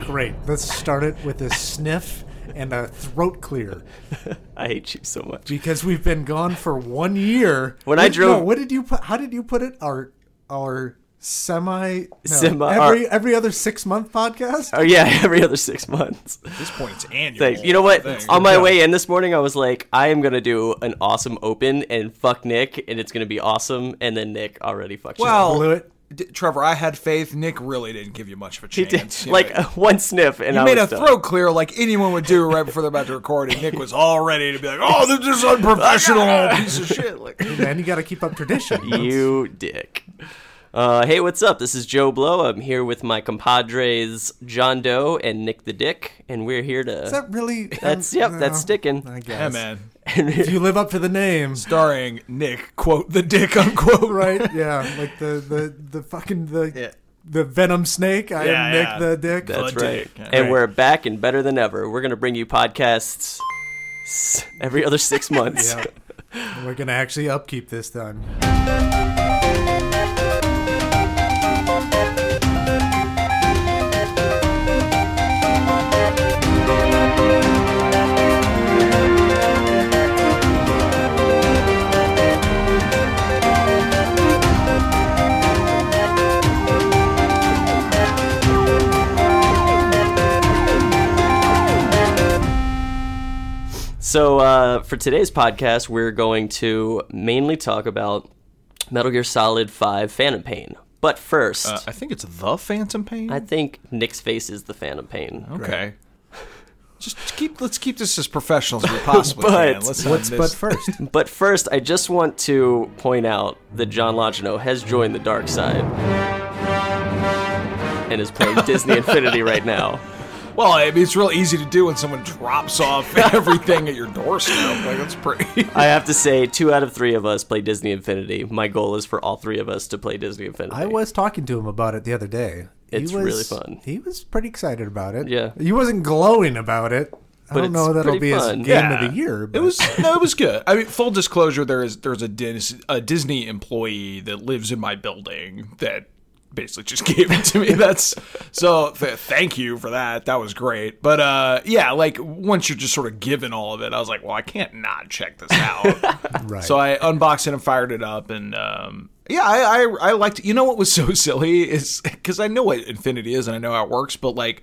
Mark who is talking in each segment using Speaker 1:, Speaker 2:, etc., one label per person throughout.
Speaker 1: Great. Let's start it with a sniff and a throat clear
Speaker 2: I hate you so much.
Speaker 1: because we've been gone for one year.
Speaker 2: When I
Speaker 1: What-
Speaker 2: drove-
Speaker 1: no, what did you put? How did you put it? Our our semi, no,
Speaker 2: Semi-
Speaker 1: every every other six month podcast.
Speaker 2: Oh yeah, every other six months.
Speaker 3: this point, it's annual.
Speaker 2: Thanks. You know what?
Speaker 3: Thanks.
Speaker 2: On my way in this morning, I was like, I am gonna do an awesome open and fuck Nick, and it's gonna be awesome. And then Nick already fucked you up.
Speaker 3: well,
Speaker 1: Blew it.
Speaker 3: D- Trevor, I had faith. Nick really didn't give you much of a
Speaker 2: He
Speaker 3: chance.
Speaker 2: did-
Speaker 3: You
Speaker 2: like
Speaker 3: know,
Speaker 2: uh, one sniff, and I
Speaker 3: He made a
Speaker 2: was done.
Speaker 3: throat clear like anyone would do right before they're about to record, and Nick was all ready to be like, "Oh, this is unprofessional piece of shit." Like,
Speaker 1: Man, you got to keep up tradition.
Speaker 2: You dick. Uh, hey, what's up? This is Joe Blow. I'm here with my compadres John Doe and Nick the Dick, and we're here to.
Speaker 1: Is that really? um,
Speaker 2: That's- yep, that's sticking.
Speaker 1: I guess.
Speaker 3: yeah, man.
Speaker 1: If you live up to the name,
Speaker 3: Starring Nick, quote the dick, unquote.
Speaker 1: right? Yeah, like the the the fucking the
Speaker 3: Yeah.
Speaker 1: the venom snake. I
Speaker 3: Yeah,
Speaker 1: am Nick
Speaker 3: yeah.
Speaker 1: the Dick.
Speaker 2: That's
Speaker 3: Blood
Speaker 2: right.
Speaker 3: dick. Yeah.
Speaker 2: And
Speaker 3: Right.
Speaker 2: we're back and better than ever. We're gonna bring you podcasts s- every other six months.
Speaker 1: Yeah. We're gonna actually upkeep this time.
Speaker 2: So uh, for today's podcast, we're going to mainly talk about Metal Gear Solid Five: Phantom Pain. But first,
Speaker 3: Uh, I think it's the Phantom Pain.
Speaker 2: I think Nick's face is the Phantom Pain.
Speaker 3: okay. Just keep. Let's keep this as professional as we possibly
Speaker 2: But-
Speaker 3: can. Let's
Speaker 1: What's
Speaker 3: not
Speaker 1: but
Speaker 3: miss-
Speaker 1: first?
Speaker 2: But first, I just want to point out that John Logino has joined the dark side and is playing Disney Infinity right now.
Speaker 3: Well, I mean, it's real easy to do when someone drops off everything at your doorstep. Like that's pretty.
Speaker 2: I have to say, two out of three of us play Disney Infinity. My goal is for all three of us to play Disney Infinity.
Speaker 1: I was talking to him about it the other day. He
Speaker 2: It's
Speaker 1: was-
Speaker 2: really fun.
Speaker 1: He was pretty excited about it.
Speaker 2: Yeah.
Speaker 1: He wasn't glowing about it. I
Speaker 2: But
Speaker 1: don't know
Speaker 2: it's
Speaker 1: that'll
Speaker 2: pretty
Speaker 1: be his
Speaker 2: fun.
Speaker 1: game
Speaker 3: Yeah.
Speaker 1: of the year. But
Speaker 3: It was no, it was good. I mean, full disclosure, there is there's a, Dis, a Disney employee that lives in my building that basically just gave it to me. That's so th- thank you for that. That was great. But uh, yeah, like once you're just sort of given all of it, I was like, well, I can't not check this out.
Speaker 1: Right.
Speaker 3: So I unboxed it and fired it up, and um, yeah, I, I I liked. You know what was so silly is because I know what Infinity is and I know how it works, but like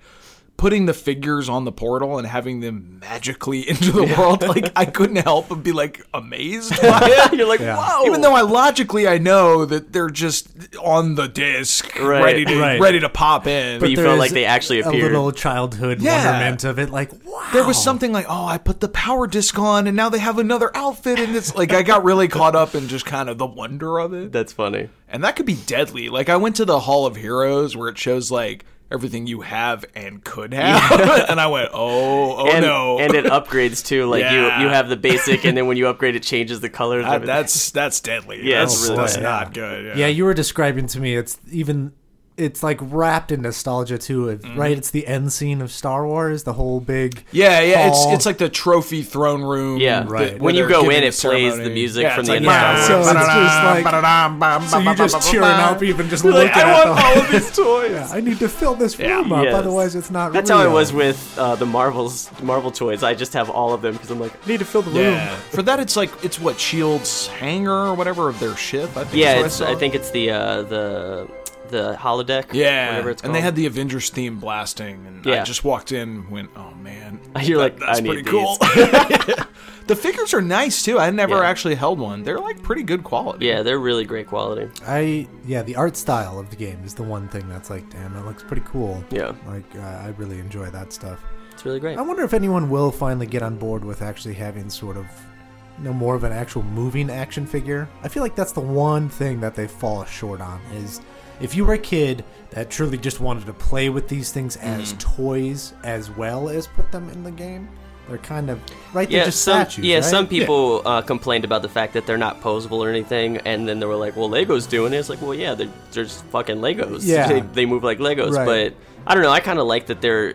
Speaker 3: putting the figures on the portal and having them magically into the world, like I couldn't help but be like amazed by it.
Speaker 2: You're like, wow.
Speaker 3: Even though I logically I know that they're just on the disc,
Speaker 2: Right,
Speaker 3: ready to
Speaker 1: right.
Speaker 3: ready to pop in.
Speaker 2: you
Speaker 1: there
Speaker 2: felt
Speaker 1: is
Speaker 2: like they actually
Speaker 1: A
Speaker 2: appeared.
Speaker 1: little childhood
Speaker 3: Yeah.
Speaker 1: wonderment of it. Like, wow.
Speaker 3: there was something like, oh, I put the power disc on, and now they have another outfit, and it's like I got really caught up in just kind of the wonder of it.
Speaker 2: That's funny.
Speaker 3: and that could be deadly. Like I went to the Hall of Heroes where it shows like everything you have and could have, and I went, oh, oh
Speaker 2: and,
Speaker 3: no,
Speaker 2: and it upgrades too. Like
Speaker 3: Yeah.
Speaker 2: you, you have the basic, and then when you upgrade, it changes the
Speaker 1: Uh,
Speaker 2: colors. and
Speaker 3: That-
Speaker 2: everything.
Speaker 3: that's that's deadly.
Speaker 2: Yeah,
Speaker 3: that's,
Speaker 2: it's really
Speaker 3: that's
Speaker 2: bad.
Speaker 3: not good. Yeah.
Speaker 1: Yeah, you were describing to me it's even it's like wrapped in nostalgia too, it-
Speaker 2: Mm-hmm.
Speaker 1: right? It's the end scene of Star Wars, the whole big
Speaker 3: Yeah, yeah, it's
Speaker 1: hall.
Speaker 3: it's like the trophy throne room.
Speaker 2: Yeah.
Speaker 3: that-
Speaker 1: Right.
Speaker 3: where
Speaker 2: When you
Speaker 3: they're
Speaker 2: go
Speaker 3: giving
Speaker 2: in,
Speaker 3: the
Speaker 2: it plays the
Speaker 3: ceremony.
Speaker 2: music
Speaker 3: Yeah,
Speaker 2: from
Speaker 3: it's
Speaker 2: the
Speaker 3: like,
Speaker 2: inside.
Speaker 3: "Bah,
Speaker 1: So it's
Speaker 3: bah,
Speaker 1: just like-
Speaker 3: bah, bah, bah,
Speaker 1: so
Speaker 3: bah,
Speaker 1: you're just
Speaker 3: bah,
Speaker 1: cheering
Speaker 3: bah,
Speaker 1: up
Speaker 3: bah.
Speaker 1: even just looking
Speaker 3: I
Speaker 1: at the
Speaker 3: want all of these toys.
Speaker 1: Yeah, I need to fill this
Speaker 3: Yeah.
Speaker 1: room up,
Speaker 2: Yes.
Speaker 1: otherwise it's not
Speaker 2: That's
Speaker 1: real.
Speaker 2: how I was with uh, the Marvels, Marvel toys. I just have all of them because I'm like, I need to fill the room.
Speaker 3: Yeah. For that, it's like it's what Shield's hangar or whatever of their ship. I think is
Speaker 2: Yeah,
Speaker 3: what
Speaker 2: it's,
Speaker 3: I,
Speaker 2: I
Speaker 3: saw.
Speaker 2: think it's the uh, the the holodeck.
Speaker 3: Yeah,
Speaker 2: whatever it's called.
Speaker 3: and they had the Avengers theme blasting, and
Speaker 2: Yeah.
Speaker 3: I just walked in, and went, oh man,
Speaker 2: You're like,
Speaker 3: that's
Speaker 2: I
Speaker 3: pretty
Speaker 2: need
Speaker 3: cool.
Speaker 2: these.
Speaker 3: the figures are nice too. I never
Speaker 2: Yeah.
Speaker 3: actually held one. They're like pretty good quality.
Speaker 2: yeah, they're really great quality.
Speaker 1: I yeah, the art style of the game is the one thing that's like, damn, that looks pretty cool.
Speaker 2: Yeah.
Speaker 1: like uh, I really enjoy that stuff.
Speaker 2: It's really great.
Speaker 1: I wonder if anyone will finally get on board with actually having sort of, you know, more of an actual moving action figure. I feel like that's the one thing that they fall short on is if you were a kid that truly just wanted to play with these things as
Speaker 2: Mm.
Speaker 1: toys as well as put them in the game, they're kind of right.
Speaker 2: yeah,
Speaker 1: they're just
Speaker 2: some
Speaker 1: statues.
Speaker 2: yeah,
Speaker 1: right?
Speaker 2: some people Uh, complained about the fact that they're not posable or anything, and then they were like, "Well, Legos doing it." It's like, well, yeah, they're, they're just fucking Legos.
Speaker 1: Yeah.
Speaker 2: they, they move like Legos.
Speaker 1: Right.
Speaker 2: But I don't know. I kind of like that they're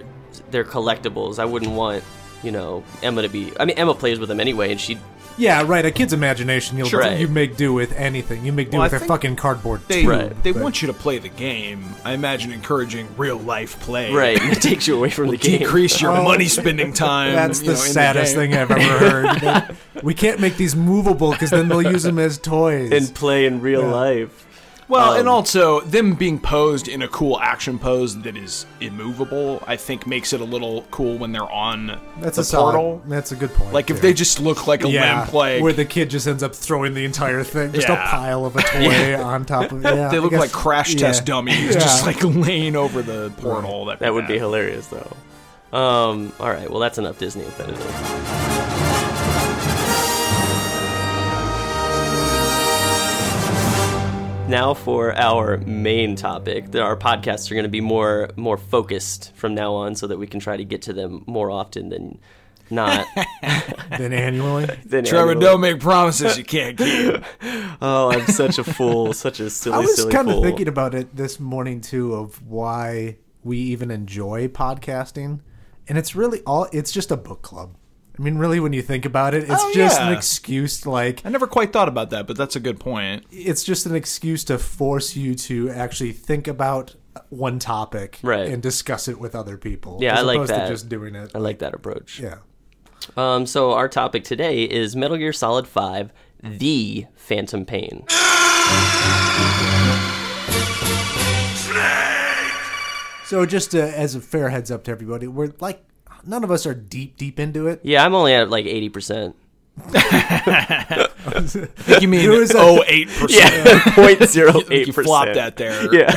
Speaker 2: they're collectibles. I wouldn't want you know Emma to be. I mean, Emma plays with them anyway, and she
Speaker 1: Yeah, right. A kid's imagination, you'll
Speaker 2: Sure.
Speaker 1: you make do with anything. You make do
Speaker 3: Well, I
Speaker 1: with a
Speaker 3: think
Speaker 1: fucking cardboard
Speaker 3: They,
Speaker 1: tube.
Speaker 2: Right.
Speaker 3: they
Speaker 1: but-
Speaker 3: want you to play the game. I imagine encouraging real life play.
Speaker 2: Right, and it takes you away from the game.
Speaker 3: Decrease your
Speaker 1: Oh.
Speaker 3: money spending time.
Speaker 1: That's
Speaker 3: you
Speaker 1: the
Speaker 3: know, in
Speaker 1: saddest
Speaker 3: game.
Speaker 1: thing I've ever heard. But we can't make these movable because then they'll use them as toys.
Speaker 2: and play in real
Speaker 1: Yeah.
Speaker 2: life.
Speaker 3: Well,
Speaker 2: Um,
Speaker 3: and also them being posed in a cool action pose that is immovable, I think makes it a little cool when they're on
Speaker 1: that's
Speaker 3: the
Speaker 1: a solid,
Speaker 3: portal.
Speaker 1: That's a good point.
Speaker 3: Like if
Speaker 1: too.
Speaker 3: they just look like a
Speaker 1: yeah,
Speaker 3: lamp,
Speaker 1: where
Speaker 3: like
Speaker 1: the kid just ends up throwing the entire thing, just
Speaker 3: Yeah.
Speaker 1: a pile of a toy on top of. Yeah,
Speaker 3: they
Speaker 1: I
Speaker 3: look
Speaker 1: guess-
Speaker 3: like crash
Speaker 1: yeah.
Speaker 3: test dummies, just
Speaker 1: Yeah.
Speaker 3: like laying over the portal. That,
Speaker 2: That would be hilarious, though. Um, all right, well, that's enough Disney if that is it. Now for our main topic. That Our podcasts are going to be more more focused from now on, so that we can try to get to them more often than not.
Speaker 1: Then annually,
Speaker 2: than
Speaker 3: Trevor,
Speaker 2: annually.
Speaker 3: don't make promises you can't keep.
Speaker 2: Oh, I'm such a fool, such a silly,
Speaker 1: I was
Speaker 2: silly
Speaker 1: kind of
Speaker 2: fool.
Speaker 1: thinking about it this morning too of why we even enjoy podcasting, and it's really all it's just a book club. I mean, really, when you think about it, it's
Speaker 3: Oh,
Speaker 1: just an
Speaker 3: yeah.
Speaker 1: excuse. Like
Speaker 3: I never quite thought about that, but that's a good point.
Speaker 1: it's just an excuse to force you to actually think about one topic
Speaker 2: Right.
Speaker 1: and discuss it with other people.
Speaker 2: Yeah,
Speaker 1: as
Speaker 2: I like
Speaker 1: opposed
Speaker 2: that.
Speaker 1: To just doing it.
Speaker 2: I like that approach.
Speaker 1: Yeah.
Speaker 2: Um, so our topic today is Metal Gear Solid Five: The Phantom Pain.
Speaker 1: So just uh as a fair heads up to everybody, we're like none of us are deep deep into it.
Speaker 2: Yeah, I'm only at like eighty percent.
Speaker 3: You mean oh,
Speaker 1: There was a-
Speaker 3: 08%?
Speaker 2: point zero
Speaker 3: You flopped that there.
Speaker 2: Yeah,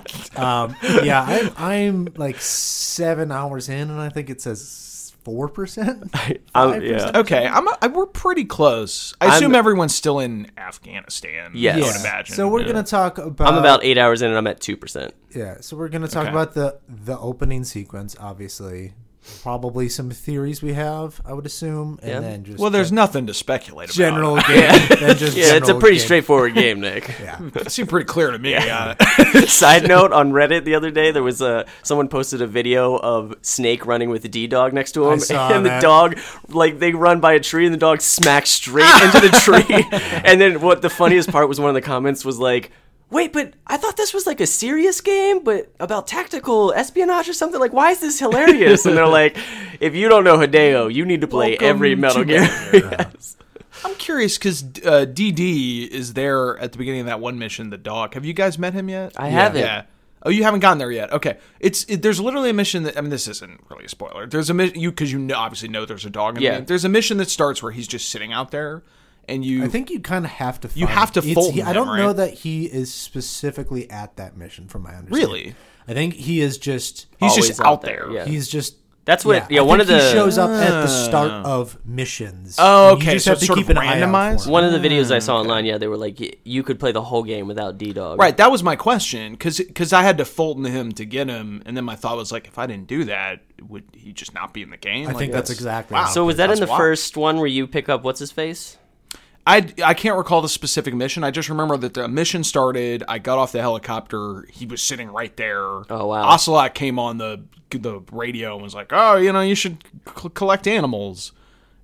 Speaker 1: Um, yeah, I'm, I'm like seven hours in, and I think it says four percent.
Speaker 2: I'm, yeah.
Speaker 3: Okay, I'm a, I, am we are pretty close. I assume everyone's still in Afghanistan.
Speaker 2: Yes.
Speaker 3: I would
Speaker 2: Yeah.
Speaker 3: imagine.
Speaker 1: So we're
Speaker 3: Yeah.
Speaker 1: gonna talk about.
Speaker 2: I'm about eight hours in and I'm at two percent.
Speaker 1: Yeah, so we're gonna talk
Speaker 3: Okay.
Speaker 1: about the the opening sequence, obviously. Probably some theories we have, I would assume, and
Speaker 2: Yeah.
Speaker 1: then just
Speaker 3: Well, there's nothing to speculate about.
Speaker 1: general game. then just
Speaker 2: Yeah, it's a
Speaker 1: general
Speaker 2: pretty
Speaker 1: game.
Speaker 2: straightforward game, Nick.
Speaker 3: It seemed pretty clear to me. uh, Yeah.
Speaker 2: Side note on Reddit the other day, there was a someone posted a video of Snake running with the D dog next to him,
Speaker 1: saw
Speaker 2: and
Speaker 1: that.
Speaker 2: the dog like they run by a tree, and the dog smacks straight into the tree. and then what the funniest part was one of the comments was like. Wait, but I thought this was like a serious game, but about tactical espionage or something. Like, why is this hilarious? And they're like, if you don't know Hideo, you need to play
Speaker 3: Welcome
Speaker 2: every
Speaker 3: to
Speaker 2: Metal Gear.
Speaker 3: Metal
Speaker 2: Yes.
Speaker 3: I'm curious because uh, DD is there at the beginning of that one mission. The dog. Have you guys met him yet?
Speaker 2: I haven't.
Speaker 3: Yeah. Oh, you haven't gotten there yet. Okay. It's it, there's literally a mission that I mean this isn't really a spoiler. There's a mission you because you know, obviously know there's a dog. In
Speaker 2: Yeah.
Speaker 3: The game. There's a mission that starts where he's just sitting out there, and you.
Speaker 1: I think you kind of have to. Find
Speaker 3: You have to
Speaker 1: it's-
Speaker 3: fold
Speaker 1: he- I
Speaker 3: them,
Speaker 1: don't know
Speaker 3: right?
Speaker 1: that he is specifically at that mission, from my understanding.
Speaker 3: Really?
Speaker 1: I think he is just.
Speaker 3: he's
Speaker 2: Always
Speaker 3: just out there.
Speaker 2: yeah.
Speaker 1: He's just.
Speaker 2: That's what- yeah,
Speaker 1: I
Speaker 2: one
Speaker 1: think
Speaker 2: of the-
Speaker 1: he shows up at the start of missions.
Speaker 3: Oh,
Speaker 1: and
Speaker 3: okay,
Speaker 1: You just
Speaker 3: so
Speaker 1: have
Speaker 3: it's
Speaker 1: to
Speaker 3: sort
Speaker 1: keep
Speaker 3: of
Speaker 1: an eye out
Speaker 3: randomized?
Speaker 1: for him.
Speaker 2: One of the videos I saw online, yeah, they were like, y- you could play the whole game without D Dog.
Speaker 3: Right, that was my question because I had to fold into him to get him, and then my thought was like, if I didn't do that, would he just not be in the game?
Speaker 1: I
Speaker 3: Like,
Speaker 1: think that's exactly.
Speaker 3: Wow.
Speaker 1: how it
Speaker 2: So was that in
Speaker 3: That's
Speaker 2: the
Speaker 3: wild.
Speaker 2: first one where you pick up what's his face?
Speaker 3: I I can't recall the specific mission. I just remember that the mission started. I got off the helicopter. He was sitting right there.
Speaker 2: Oh, wow.
Speaker 3: Ocelot came on the the radio and was like, "Oh, you know, you should c- collect animals."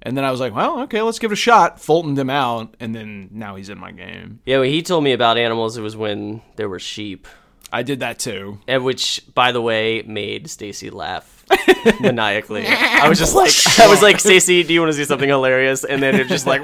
Speaker 3: And then I was like, "Well, okay, let's give it a shot." Fultoned him out, and then now he's in my game.
Speaker 2: Yeah, well, he told me about animals. It was when there were sheep,
Speaker 3: I did that too.
Speaker 2: and which, by the way, made Stacy laugh maniacally. I was just like, I was like, Stacy, do you want to see something hilarious? And then it just like,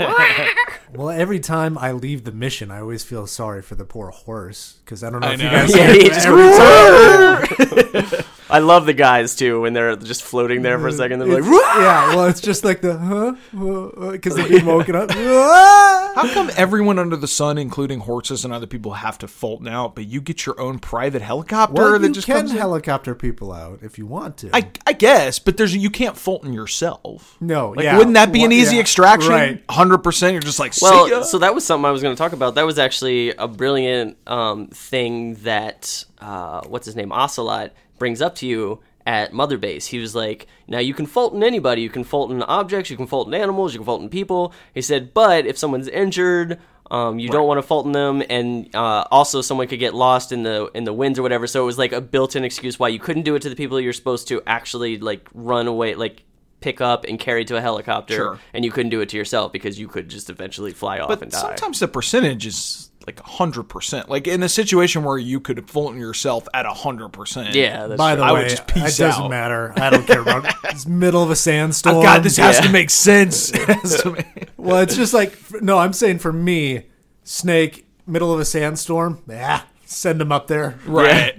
Speaker 1: Well, every time I leave the mission, I always feel sorry for the poor horse because I don't know
Speaker 3: I
Speaker 1: if you
Speaker 3: know.
Speaker 1: guys.
Speaker 2: yeah, he just.
Speaker 1: Every
Speaker 2: I love the guys too when they're just floating there for a second. They're
Speaker 1: Mm. It's-
Speaker 2: like,
Speaker 1: yeah, well, it's just like the huh, because they get woken up. Ah!
Speaker 3: How come everyone under the sun, including horses and other people, have to Fulton out, but you get your own private helicopter
Speaker 1: Well,
Speaker 3: that
Speaker 1: you
Speaker 3: just
Speaker 1: can
Speaker 3: comes? in?
Speaker 1: helicopter people out if you want to.
Speaker 3: I, I guess, but there's you can't Fulton yourself.
Speaker 1: No,
Speaker 3: like,
Speaker 1: yeah.
Speaker 3: wouldn't that be an
Speaker 1: Wha-
Speaker 3: easy
Speaker 1: yeah,
Speaker 3: extraction?
Speaker 1: right.
Speaker 3: hundred percent. You're just like, See ya.
Speaker 2: Well, so that was something I was going to talk about. That was actually a brilliant um, thing that uh, what's his name Ocelot brings up to you at Mother Base. He was like, "Now you can Fulton anybody. You can Fulton objects. You can Fulton animals. You can Fulton people." He said, "But if someone's injured." Um, you don't want to Fulton them, and uh, also someone could get lost in the in the winds or whatever. So it was like a built-in excuse why you couldn't do it to the people you're supposed to actually like run away, like pick up and carry to a helicopter,
Speaker 3: Sure.
Speaker 2: and you couldn't do it to yourself because you could just eventually fly off and
Speaker 3: But
Speaker 2: die.
Speaker 3: sometimes the percentage is like hundred percent. Like in a situation where you could Fulton yourself at hundred percent.
Speaker 2: yeah, that's
Speaker 1: By
Speaker 2: true.
Speaker 1: the
Speaker 3: I
Speaker 1: way,
Speaker 3: would just peace
Speaker 1: it doesn't
Speaker 3: out.
Speaker 1: matter. I don't care about it's middle of a sandstorm.
Speaker 3: God, this has
Speaker 2: Yeah.
Speaker 3: to make sense. It has to make-
Speaker 1: well, it's just like f- no. I'm saying for me, snake middle of a sandstorm. Yeah, send him up there.
Speaker 3: right?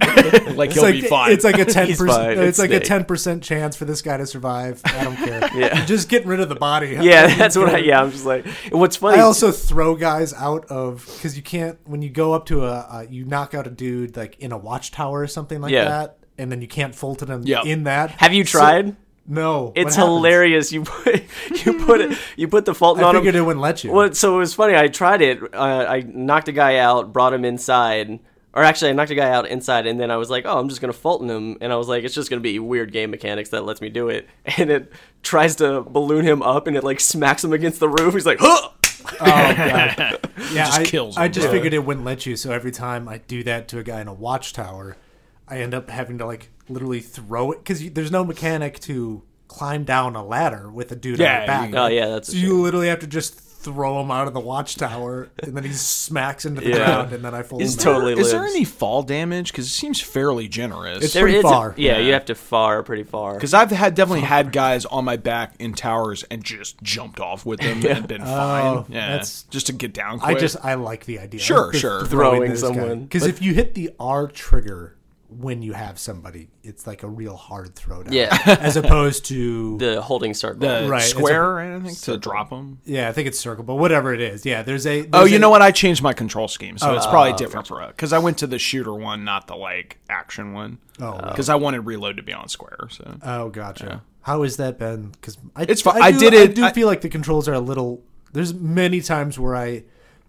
Speaker 3: like
Speaker 1: It's
Speaker 3: he'll
Speaker 1: like,
Speaker 3: be fine.
Speaker 1: It's like a ten
Speaker 2: fine,
Speaker 1: percent. It's,
Speaker 2: it's
Speaker 1: like a
Speaker 2: Snake.
Speaker 1: ten percent chance for this guy to survive. I don't care.
Speaker 2: Yeah.
Speaker 1: just get rid of the body.
Speaker 2: yeah, that's what I. Yeah, I'm just like. What's funny?
Speaker 1: I also throw guys out of because you can't when you go up to a uh, you knock out a dude like in a watchtower or something like
Speaker 2: Yeah.
Speaker 1: that, and then you can't Fulton him
Speaker 3: Yeah.
Speaker 1: in that.
Speaker 2: have you
Speaker 1: So-
Speaker 2: tried?
Speaker 1: no, What
Speaker 2: it's
Speaker 1: happens?
Speaker 2: hilarious. You put you put it you put the Fulton
Speaker 1: I
Speaker 2: on him.
Speaker 1: figured it wouldn't let you.
Speaker 2: Well, so it was funny. I tried it. Uh, I knocked a guy out, brought him inside, or actually, I knocked a guy out inside, and then I was like, "Oh, I'm just gonna Fulton him," and I was like, "It's just gonna be weird game mechanics that lets me do it." And it tries to balloon him up, and it like smacks him against the roof. He's like, "Huh."
Speaker 1: yeah,
Speaker 3: just
Speaker 1: I,
Speaker 3: kills
Speaker 1: I
Speaker 3: him,
Speaker 1: just
Speaker 3: yeah.
Speaker 1: figured it wouldn't let you. So every time I do that to a guy in a watchtower, I end up having to like literally throw it because there's no mechanic to climb down a ladder with a dude on
Speaker 3: Yeah,
Speaker 1: your back.
Speaker 3: you-
Speaker 2: Oh yeah, that's a
Speaker 1: so
Speaker 2: shame.
Speaker 1: you literally have to just throw him out of the watchtower, and then he smacks into the
Speaker 2: Yeah.
Speaker 1: ground, and then I fold
Speaker 2: He's
Speaker 1: him.
Speaker 2: totally
Speaker 1: back.
Speaker 3: Is there
Speaker 2: lives.
Speaker 3: any fall damage? Because it seems fairly generous.
Speaker 1: It's pretty
Speaker 2: is a-
Speaker 1: far.
Speaker 2: yeah, you have to far pretty far.
Speaker 3: Because I've had definitely had guys on my back in towers and just jumped off with them and been fine.
Speaker 1: Oh,
Speaker 3: yeah,
Speaker 1: that's-
Speaker 3: just to get down.
Speaker 1: I
Speaker 3: Quick.
Speaker 1: just I like the idea.
Speaker 3: Sure, sure.
Speaker 2: Throwing someone.
Speaker 1: because if you hit the R trigger when you have somebody, it's like a real hard throwdown.
Speaker 2: Yeah.
Speaker 1: as opposed to
Speaker 2: the holding circle.
Speaker 3: the
Speaker 1: right, it's a-
Speaker 3: Uh, square. I think to drop them.
Speaker 1: Yeah, I think it's circle, but whatever it is, yeah. There's a.
Speaker 3: Oh,
Speaker 1: there's
Speaker 3: you
Speaker 1: a- Oh,
Speaker 3: know what? I changed my control scheme, so it's probably different for because I went to the shooter one, not the like action one.
Speaker 1: Oh.
Speaker 3: because I wanted reload to be on square. So
Speaker 1: Oh, gotcha. How has that been? Because I,
Speaker 3: It's fi-
Speaker 1: I,
Speaker 3: I
Speaker 1: do,
Speaker 3: did
Speaker 1: I
Speaker 3: it-
Speaker 1: do
Speaker 3: I-
Speaker 1: feel like the controls are a little. There's many times where I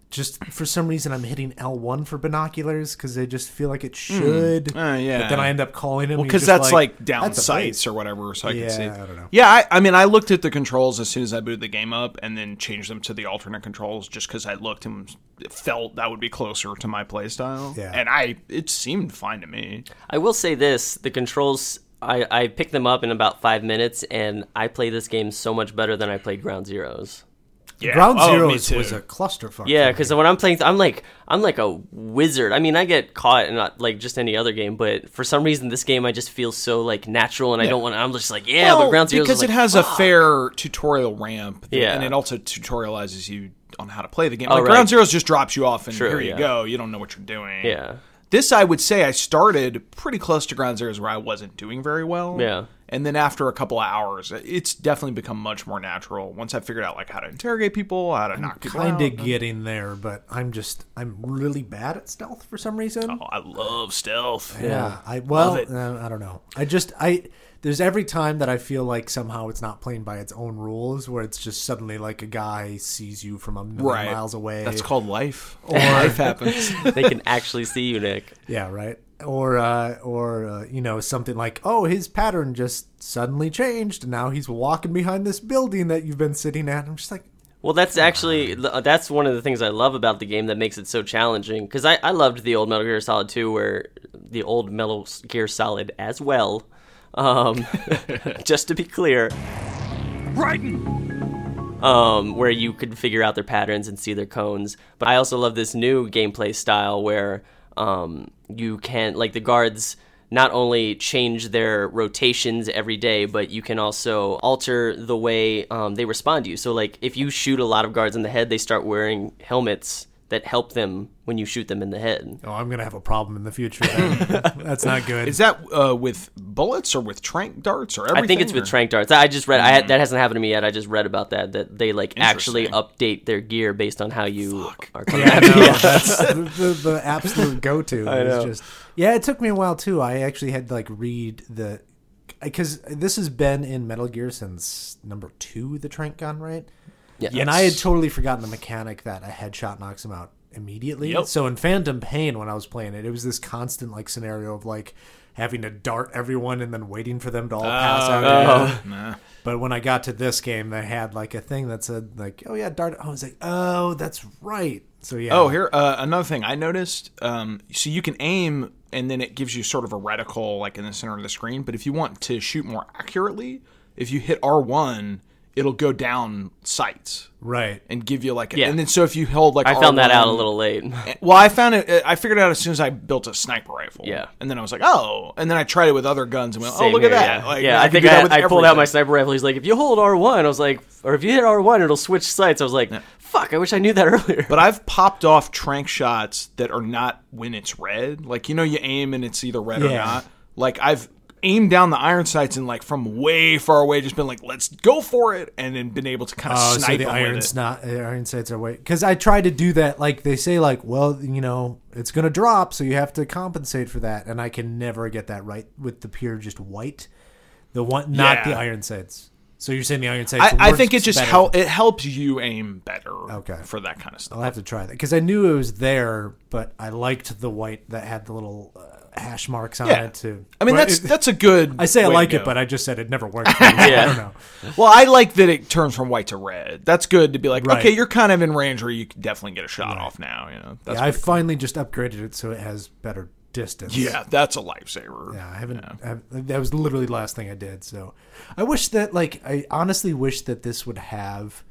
Speaker 1: just for some reason I'm hitting L1 for binoculars because I just feel like it should.
Speaker 3: Uh, yeah.
Speaker 1: But then I end up calling him
Speaker 3: because that's like, down sights
Speaker 1: or
Speaker 3: or whatever, so I
Speaker 1: Yeah,
Speaker 3: can see.
Speaker 1: I don't know.
Speaker 3: Yeah, I, I mean, I looked at the controls as soon as I booted the game up, and then changed them to the alternate controls just because I looked and felt that would be closer to my playstyle.
Speaker 1: Yeah.
Speaker 3: and I it seemed fine to me.
Speaker 2: I will say this: the controls. I, I picked them up in about five minutes, and I play this game so much better than I played Ground Zeroes.
Speaker 3: Yeah.
Speaker 1: Ground
Speaker 3: Oh,
Speaker 1: Zero
Speaker 3: me
Speaker 1: is
Speaker 3: too.
Speaker 1: was a clusterfuck.
Speaker 2: Yeah,
Speaker 1: for me.
Speaker 2: because when I'm playing, I'm like I'm like a wizard. I mean, I get caught in not like just any other game, but for some reason, this game I just feel so like natural, and I don't want. to I'm just like, yeah,
Speaker 3: Well,
Speaker 2: but Ground Zeroes
Speaker 3: because
Speaker 2: is like,
Speaker 3: it has a fair tutorial ramp, that-
Speaker 2: Yeah.
Speaker 3: and it also tutorializes you on how to play the game.
Speaker 2: Oh,
Speaker 3: like
Speaker 2: right.
Speaker 3: Ground Zeroes just drops you off, and
Speaker 2: True,
Speaker 3: here you
Speaker 2: yeah.
Speaker 3: go. You don't know what you're doing.
Speaker 2: Yeah.
Speaker 3: This, I would say, I started pretty close to Ground Zeroes where I wasn't doing very well.
Speaker 2: Yeah.
Speaker 3: And then after a couple of hours, it's definitely become much more natural. Once I figured out like how to interrogate people, how to knock people
Speaker 1: Kind of
Speaker 3: out.
Speaker 1: getting there, but I'm just I'm really bad at stealth for some reason.
Speaker 3: Oh, I love stealth.
Speaker 1: Yeah, I well,
Speaker 3: it.
Speaker 1: uh, I don't know. I just I there's every time that I feel like somehow it's not playing by its own rules, where it's just suddenly like a guy sees you from a million
Speaker 3: Right.
Speaker 1: miles away.
Speaker 3: That's called life. Or life happens.
Speaker 2: they can actually see you, Nick.
Speaker 1: yeah, right. Or uh, or uh, you know something like oh his pattern just suddenly changed. Now he's walking behind this building that you've been sitting at. I'm just like
Speaker 2: Well, that's actually th- that's one of the things I love about the game that makes it so challenging. Because I, I loved the old Metal Gear Solid 2, where the old Metal Gear Solid as well. Um, just to be clear, um, where you could figure out their patterns and see their cones. But I also love this new gameplay style where um, you can, like, the guards not only change their rotations every day, but you can also alter the way um, they respond to you. So, like, if you shoot a lot of guards in the head, they start wearing helmets that help them when you shoot them in the head.
Speaker 1: oh I'm gonna have a problem in the future. That's not good.
Speaker 3: Is that uh, with bullets or with trank darts or everything?
Speaker 2: I think it's
Speaker 3: or- Mm-hmm.
Speaker 2: with trank darts. I just read I, that hasn't happened to me yet. I just read about that that they like actually update their gear based on how you are. Coming.
Speaker 1: Yeah, no, that's the, the, the absolute go to. is just yeah. It took me a while too. I actually had to like read the because this has been in Metal Gear since number two, the Trank gun, right?
Speaker 2: Yeah.
Speaker 1: And I had totally forgotten the mechanic that a headshot knocks him out immediately.
Speaker 3: Yep.
Speaker 1: So in Phantom Pain, when I was playing it, it was this constant like scenario of like having to dart everyone and then waiting for them to all pass
Speaker 3: Oh,
Speaker 1: out.
Speaker 3: Nah.
Speaker 1: But when I got to this game, they had like a thing that said like, "Oh yeah, dart." I was like, "Oh, that's right." So yeah.
Speaker 3: Oh, here uh, another thing I noticed. Um, so you can aim, and then it gives you sort of a reticle like in the center of the screen. But if you want to shoot more accurately, if you hit R1, it'll go down sights
Speaker 1: Right.
Speaker 3: and give you like a,
Speaker 2: Yeah.
Speaker 3: and then so if you held like
Speaker 2: I found that out a
Speaker 3: R1
Speaker 2: little late.
Speaker 3: well, I found it. uh, I figured it out as soon as I built a sniper rifle.
Speaker 2: Yeah.
Speaker 3: and then I was like, oh, and then I tried it with other guns and went, oh,
Speaker 2: Same
Speaker 3: look
Speaker 2: here,
Speaker 3: at that.
Speaker 2: Yeah,
Speaker 3: Like,
Speaker 2: yeah I,
Speaker 3: can
Speaker 2: think
Speaker 3: do that
Speaker 2: I,
Speaker 3: with
Speaker 2: I pulled out my
Speaker 3: everything.
Speaker 2: sniper rifle. He's like, if you hold R1, I was like, or if you hit R1, it'll switch sights. I was like, fuck, I wish I knew that earlier.
Speaker 3: But I've popped off trank shots that are not when it's red. Like you know, you aim and it's either red or
Speaker 1: Yeah.
Speaker 3: not. Like I've aimed down the iron sights and like from way far away, just been like, let's go for it, and then been able to kind of
Speaker 1: Oh,
Speaker 3: snipe
Speaker 1: so the
Speaker 3: them with
Speaker 1: iron
Speaker 3: it.
Speaker 1: not iron sights are way because I tried to do that. Like they say, like well, you know, it's gonna drop, so you have to compensate for that. And I can never get that right with the pure just white, the one not
Speaker 3: Yeah.
Speaker 1: the iron sights. So you're saying the iron sights?
Speaker 3: I, I
Speaker 1: works
Speaker 3: think it just
Speaker 1: better.
Speaker 3: hel- it helps you aim better.
Speaker 1: Okay.
Speaker 3: for that kind of stuff.
Speaker 1: I'll have to try that because I knew it was there, but I liked the white that had the little uh, hash marks on
Speaker 3: Yeah.
Speaker 1: it too.
Speaker 3: I mean,
Speaker 1: But
Speaker 3: that's
Speaker 1: Oh. it-
Speaker 3: that's a good.
Speaker 1: I say I
Speaker 3: way to
Speaker 1: like
Speaker 3: go.
Speaker 1: it, but I just said it never worked. for me. I
Speaker 2: Yeah.
Speaker 1: don't know.
Speaker 3: Well, I like that it turns from white to red. That's good to be like,
Speaker 1: Right.
Speaker 3: okay, you're kind of in range where you can definitely get a shot off now. You know, that's
Speaker 1: Yeah, I finally just upgraded it so it has better distance.
Speaker 3: pretty- yeah, that's a lifesaver.
Speaker 1: Yeah, I haven't. I haven't- that was literally the last thing I did. So, I wish that, like, I honestly wish that this would have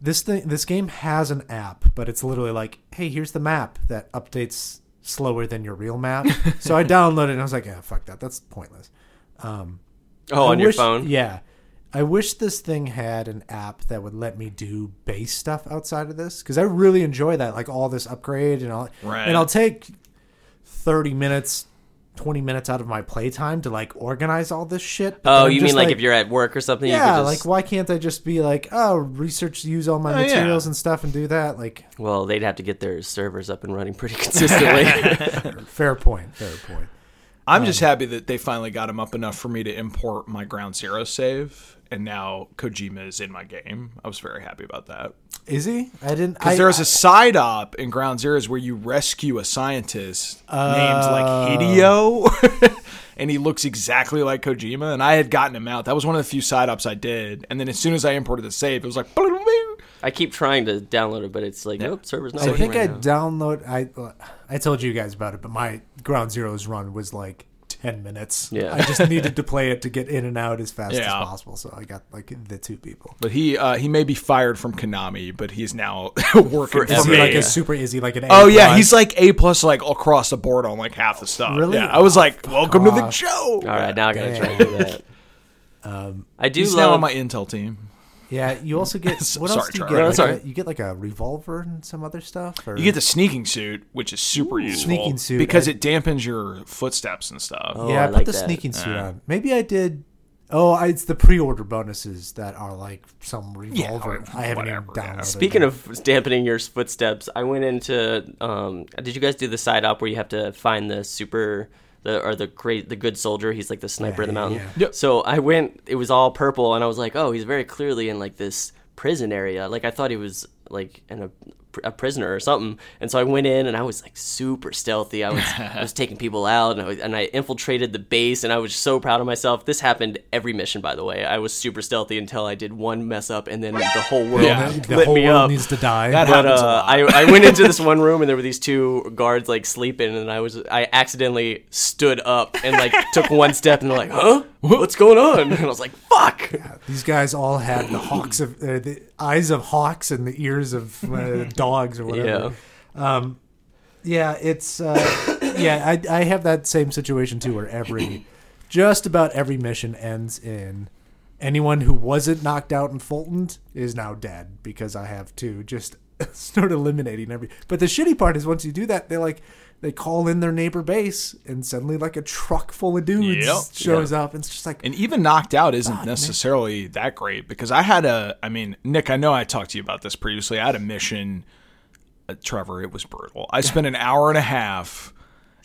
Speaker 1: this thing. This game has an app, but it's literally like, hey, here's the map that updates slower than your real map. so I downloaded it and I was like, yeah, fuck that. That's pointless.
Speaker 2: oh,
Speaker 1: I
Speaker 2: on your
Speaker 1: wish-
Speaker 2: phone?
Speaker 1: Yeah. I wish this thing had an app that would let me do base stuff outside of this because I really enjoy that, like all this upgrade and all.
Speaker 3: Right.
Speaker 1: And I'll take thirty minutes, twenty minutes out of my playtime to like organize all this shit. but
Speaker 2: Oh,
Speaker 1: then I'm
Speaker 2: you
Speaker 1: just
Speaker 2: mean like, if you're at work or something?
Speaker 1: yeah,
Speaker 2: you could
Speaker 1: like
Speaker 2: just,
Speaker 1: why can't I just be like, oh, research, use all my
Speaker 3: Oh, yeah.
Speaker 1: materials and stuff, and do that? Like,
Speaker 2: well, they'd have to get their servers up and running pretty consistently.
Speaker 1: fair point, fair point.
Speaker 3: I'm
Speaker 1: Um,
Speaker 3: just happy that they finally got him up enough for me to import my Ground Zero save, and now Kojima is in my game. I was very happy about that.
Speaker 1: Is he? I didn't. I,
Speaker 3: Because there's a side op in Ground Zeroes where you rescue a scientist
Speaker 1: Um,
Speaker 3: named like Hideo, and he looks exactly like Kojima. And I had gotten him out. That was one of the few side ops I did. And then as soon as I imported the save, it was like,
Speaker 2: I keep trying to download it, but it's like, nope, server's not
Speaker 1: I
Speaker 2: working
Speaker 1: think I
Speaker 2: right now.
Speaker 1: download. I I told you guys about it, but my Ground Zeroes run was like ten minutes.
Speaker 2: Yeah.
Speaker 1: I just needed to play it to get in and out as fast as
Speaker 3: Yeah.
Speaker 1: possible. So I got like the two people.
Speaker 3: But he uh, he may be fired from Konami, but he's now working for,
Speaker 1: Is he
Speaker 3: me.
Speaker 1: like a super? Is he like an?
Speaker 3: Oh yeah, he's like A plus like across the board on like half the stuff.
Speaker 1: Really?
Speaker 3: Yeah, I was like, welcome to the show.
Speaker 2: Oh, All right, now I gotta try
Speaker 1: Damn.
Speaker 2: to do that. I do
Speaker 3: He's
Speaker 2: love.
Speaker 3: now on my Intel team.
Speaker 1: yeah. You also get what
Speaker 3: Sorry,
Speaker 1: else do you
Speaker 3: Charlie.
Speaker 1: get?
Speaker 3: No,
Speaker 1: Like
Speaker 2: sorry.
Speaker 1: a- you get like a revolver and some other stuff. Or?
Speaker 3: You get the sneaking suit, which is super useful.
Speaker 1: Sneaking suit,
Speaker 3: because
Speaker 1: I-
Speaker 3: it dampens your footsteps and stuff.
Speaker 2: Oh,
Speaker 1: yeah.
Speaker 2: I
Speaker 1: I put
Speaker 2: like
Speaker 1: the
Speaker 2: that.
Speaker 1: sneaking suit on. Maybe I did. Oh, I, it's the pre-order bonuses that are like some revolver.
Speaker 3: or
Speaker 1: I haven't even
Speaker 3: whatever, yeah.
Speaker 1: downloaded.
Speaker 2: Speaking of dampening your footsteps, I went into. Um, did you guys do the side op where you have to find the super, the or the great, the good soldier? He's like the sniper in the
Speaker 1: Yeah,
Speaker 2: mountain.
Speaker 1: yeah.
Speaker 3: Yep.
Speaker 2: So I went. It was all purple, and I was like, oh, he's very clearly in like this prison area. Like I thought he was like in a, a prisoner or something. And so I went in, and I was like super stealthy. I was I was taking people out, and I was, and I infiltrated the base, and I was so proud of myself. This happened every mission, by the way. I was super stealthy until I did one mess up, and then the whole world
Speaker 3: Yeah.
Speaker 1: the,
Speaker 2: lit
Speaker 1: whole
Speaker 2: me
Speaker 1: world
Speaker 2: up.
Speaker 1: needs to die.
Speaker 3: That
Speaker 2: But
Speaker 3: happens a
Speaker 2: uh,
Speaker 3: lot.
Speaker 2: I, I went into this one room and there were these two guards like sleeping and I was I accidentally stood up and like took one step and they're like, huh? What's going on? And I was like, fuck.
Speaker 1: These guys all had the hawks of uh, the eyes of hawks and the ears of uh, dogs or whatever. Yeah, um, yeah it's uh, yeah. I, I have that same situation too, where every just about every mission ends in anyone who wasn't knocked out and Fultoned is now dead because I have to just start eliminating every. But the shitty part is once you do that, they like they call in their neighbor base and suddenly like a truck full of dudes
Speaker 3: Yep.
Speaker 1: shows up and it's just like
Speaker 3: and even knocked out isn't necessarily that great because I had a, I mean, Nick, I know I talked to you about this previously. I had a mission, uh, Trevor. It was brutal. I spent an hour and a half.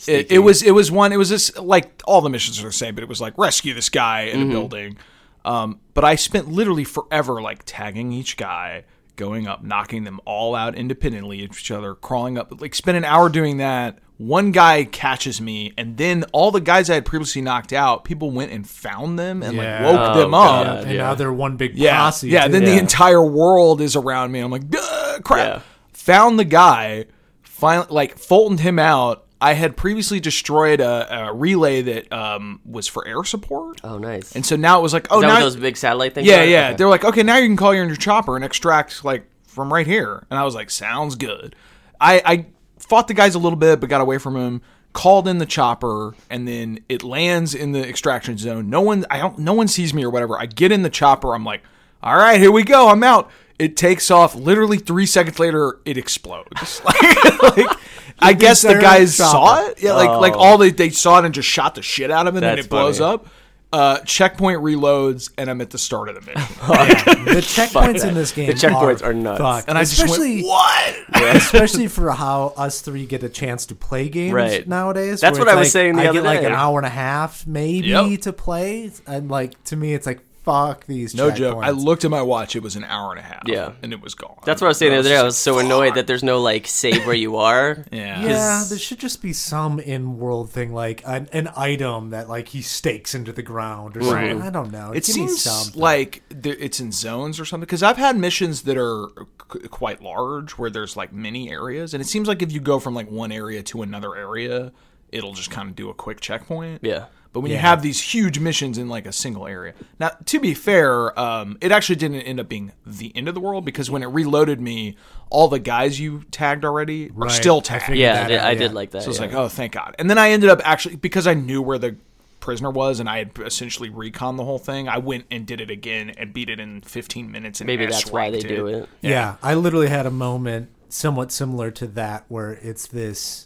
Speaker 3: It, it was, it was one. It was this like all the missions are the same, but it was like rescue this guy in
Speaker 2: Mm-hmm.
Speaker 3: a building. Um, but I spent literally forever like tagging each guy, going up, knocking them all out independently of each other, crawling up. Like spent an hour doing that. One guy catches me, and then all the guys I had previously knocked out, people went and found them and
Speaker 1: Yeah.
Speaker 3: like woke
Speaker 2: Oh,
Speaker 3: them up.
Speaker 2: God.
Speaker 1: and
Speaker 2: yeah.
Speaker 1: now they're one big
Speaker 3: Yeah,
Speaker 1: posse.
Speaker 3: yeah.
Speaker 1: too.
Speaker 3: Then the
Speaker 2: Yeah.
Speaker 3: entire world is around me. I'm like, Duh, crap.
Speaker 2: Yeah.
Speaker 3: Found the guy, finally, like Fultoned him out. I had previously destroyed a, a relay that um, was for air support,
Speaker 2: Oh, nice.
Speaker 3: and so now it was like, oh,
Speaker 2: Is that
Speaker 3: now
Speaker 2: what those big satellite things?
Speaker 3: yeah,
Speaker 2: are?
Speaker 3: yeah.
Speaker 2: Okay.
Speaker 3: They're like, okay, now you can call your your chopper and extract like from right here. And I was like, sounds good. I, I fought the guys a little bit, but got away from him. Called in the chopper, and then it lands in the extraction zone. No one, I don't, no one sees me or whatever. I get in the chopper. I'm like, all right, here we go. I'm out. It takes off. Literally three seconds later, it explodes. like, like, I guess the
Speaker 1: there in the
Speaker 3: guys saw
Speaker 1: chopper.
Speaker 3: it. Yeah, like like all they they saw it and just shot the shit out of it, and
Speaker 4: That's
Speaker 3: it blows
Speaker 4: funny.
Speaker 3: up. Uh, checkpoint reloads, and I'm at the start of the mission.
Speaker 1: The checkpoints in this game.
Speaker 4: checkpoints
Speaker 1: are,
Speaker 4: are nuts.
Speaker 1: fucked.
Speaker 3: And I just
Speaker 1: especially,
Speaker 3: went, what?
Speaker 1: especially for how us three get a chance to play games
Speaker 2: Right.
Speaker 1: nowadays.
Speaker 2: That's
Speaker 1: where
Speaker 2: what
Speaker 1: it's
Speaker 2: I was
Speaker 1: like,
Speaker 2: saying the
Speaker 1: I
Speaker 2: other
Speaker 1: get like
Speaker 2: day.
Speaker 1: an hour and a half maybe
Speaker 3: Yep.
Speaker 1: to play, and like to me, it's like fuck these.
Speaker 3: No joke. I
Speaker 1: checkpoints.
Speaker 3: looked at my watch. It was an hour and a half.
Speaker 2: Yeah.
Speaker 3: And it was gone.
Speaker 2: That's what I was saying the other day. I was so annoyed
Speaker 3: fuck.
Speaker 2: that there's no like save where you are.
Speaker 3: Yeah.
Speaker 1: Yeah,
Speaker 2: 'Cause-
Speaker 1: there should just be some in-world thing like an, an item that like he stakes into the ground or
Speaker 3: Right.
Speaker 1: something. I don't know.
Speaker 3: It
Speaker 1: Give me
Speaker 3: seems
Speaker 1: something.
Speaker 3: like there, it's in zones or something. Because I've had missions that are c- quite large where there's like many areas. And it seems like if you go from like one area to another area, it'll just kind of do a quick checkpoint.
Speaker 2: Yeah.
Speaker 3: But when you have these huge missions in like a single area. Now, to be fair, um, it actually didn't end up being the end of the world because when it reloaded me, all the guys you tagged already are
Speaker 1: Right.
Speaker 3: still
Speaker 1: I
Speaker 3: tagged.
Speaker 1: figured
Speaker 2: Yeah,
Speaker 1: that
Speaker 2: I did,
Speaker 1: out,
Speaker 2: I
Speaker 1: yeah.
Speaker 2: did like that.
Speaker 3: So it's
Speaker 2: yeah.
Speaker 3: like, oh, thank God. And then I ended up actually because I knew where the prisoner was, and I had essentially recon the whole thing. I went and did it again and beat it in 15 minutes. And
Speaker 2: Maybe
Speaker 3: ass
Speaker 2: that's why they
Speaker 3: ranked
Speaker 2: do it.
Speaker 1: Yeah. I literally had a moment somewhat similar to that where it's this.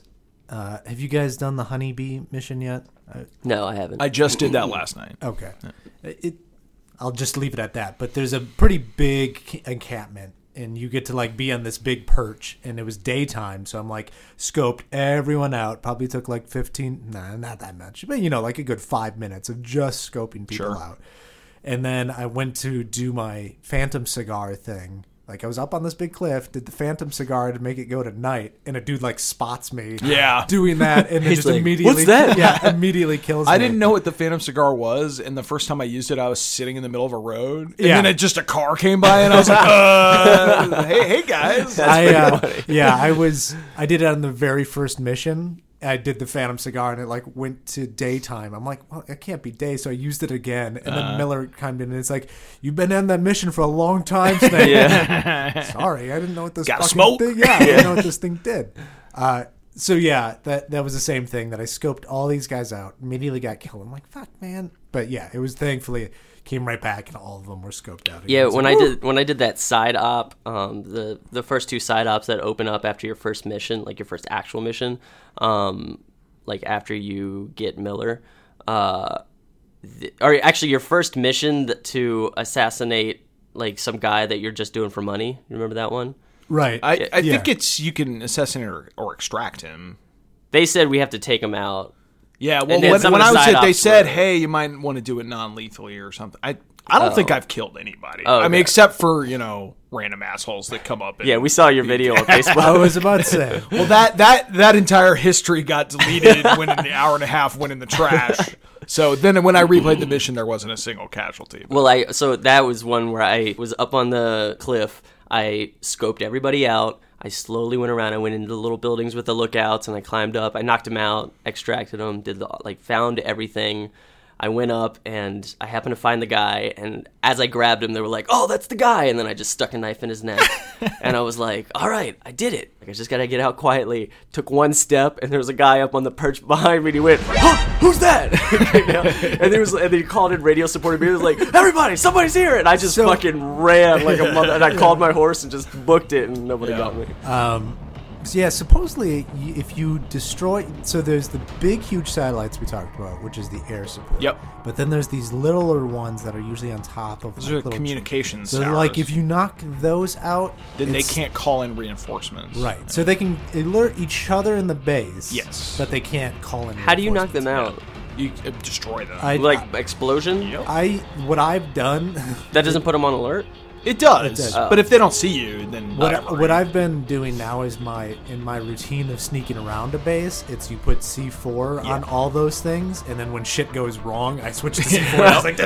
Speaker 1: Uh, have you guys done the honeybee mission yet? I,
Speaker 2: No, I haven't.
Speaker 3: I just did that last night.
Speaker 1: okay, it. I'll just leave it at that. But there's a pretty big c- encampment, and you get to like be on this big perch, and it was daytime, so I'm like scoped everyone out. Probably took like 15, nah, not that much, but you know, like a good five minutes of just scoping people
Speaker 3: Sure.
Speaker 1: out. And then I went to do my phantom cigar thing. Like I was up on this big cliff, did the phantom cigar to make it go to night, and a dude like spots me,
Speaker 3: Yeah.
Speaker 1: doing that, and then just
Speaker 2: like,
Speaker 1: immediately,
Speaker 2: "What's that?"
Speaker 1: Yeah, immediately kills.
Speaker 3: I
Speaker 1: me.
Speaker 3: didn't know what the Phantom cigar was, and the first time I used it, I was sitting in the middle of a road, and
Speaker 1: Yeah.
Speaker 3: then it, just a car came by, and I was like, uh, "Hey, hey, guys!"
Speaker 1: I, uh, yeah, I was. I did it on the very first mission. I did the Phantom cigar, and it like went to daytime. I'm like, well, it can't be day, so I used it again. And
Speaker 3: Uh-huh.
Speaker 1: then Miller chimed in, and it's like, you've been on that mission for a long time, Snake. Sorry, I didn't know what this
Speaker 3: Gotta
Speaker 1: fucking
Speaker 3: smoke.
Speaker 1: thing. Yeah, I didn't know what this thing did. Uh, so yeah, that that was the same thing that I scoped all these guys out. Immediately got killed. I'm like, fuck, man. But yeah, it was thankfully it came right back, and all of them were scoped out.
Speaker 2: Yeah,
Speaker 1: Again. So
Speaker 2: when I did when I did that side op, um, the the first two side ops that open up after your first mission, like your first actual mission, um, like after you get Miller, uh, th- or actually your first mission that, to assassinate like some guy that you're just doing for money. You remember that one?
Speaker 1: right,
Speaker 3: I, I
Speaker 1: Yeah.
Speaker 3: think it's you can assassinate or, or extract him.
Speaker 2: They said we have to take him out.
Speaker 3: Yeah, well,
Speaker 2: And then
Speaker 3: when,
Speaker 2: some
Speaker 3: when
Speaker 2: of
Speaker 3: I
Speaker 2: the
Speaker 3: was
Speaker 2: side
Speaker 3: at, they
Speaker 2: ops
Speaker 3: said,
Speaker 2: were-
Speaker 3: "Hey, you might want to do it non-lethally or something." I I don't think I've killed anybody. I
Speaker 2: okay.
Speaker 3: mean, except for you know random assholes that come up. And,
Speaker 2: Yeah, we saw your video on Facebook.
Speaker 1: I was about to say.
Speaker 3: Well, that that that entire history got deleted when an hour and a half went in the trash. So then, when I replayed the mission, there wasn't a single casualty.
Speaker 2: Well, I so that was one where I was up on the cliff. I scoped everybody out. I slowly went around. I went into the little buildings with the lookouts, and I climbed up. I knocked them out, extracted them, did the like found everything. I went up and I happened to find the guy. And as I grabbed him, they were like, "Oh, that's the guy!" And then I just stuck a knife in his neck, and I was like, "All right, I did it. Like I just gotta get out quietly." Took one step, and there was a guy up on the perch behind me. And he went, "Huh, "Who's that?" You know? and there was, and then he called in radio support. And he was like, "Everybody, somebody's here!" And I just fucking ran like a mother. And I called my horse and just booked it, and nobody got me.
Speaker 1: So yeah, supposedly y- if you destroy, so there's the big, huge satellites we talked about, which is the air support.
Speaker 3: Yep.
Speaker 1: But then there's these littler ones that are usually on top of.
Speaker 3: Those are communications.
Speaker 1: So like, if you knock those out,
Speaker 3: then they
Speaker 1: it's-
Speaker 3: can't call in reinforcements.
Speaker 1: Right. So they can alert each other in the base.
Speaker 3: Yes.
Speaker 1: But they can't call in.
Speaker 2: How do you knock them
Speaker 1: reinforcements.
Speaker 2: out?
Speaker 3: You uh, destroy them.
Speaker 1: I,
Speaker 2: Like explosion?
Speaker 1: I what I've done
Speaker 2: That doesn't put them on alert.
Speaker 3: It does.
Speaker 1: does.
Speaker 3: But if they don't see you, then
Speaker 1: What,
Speaker 3: whatever.
Speaker 1: what I've been doing now is my in my routine of sneaking around a base. It's you put C four on all those things, and then when shit goes wrong, I switch to C four. I was like,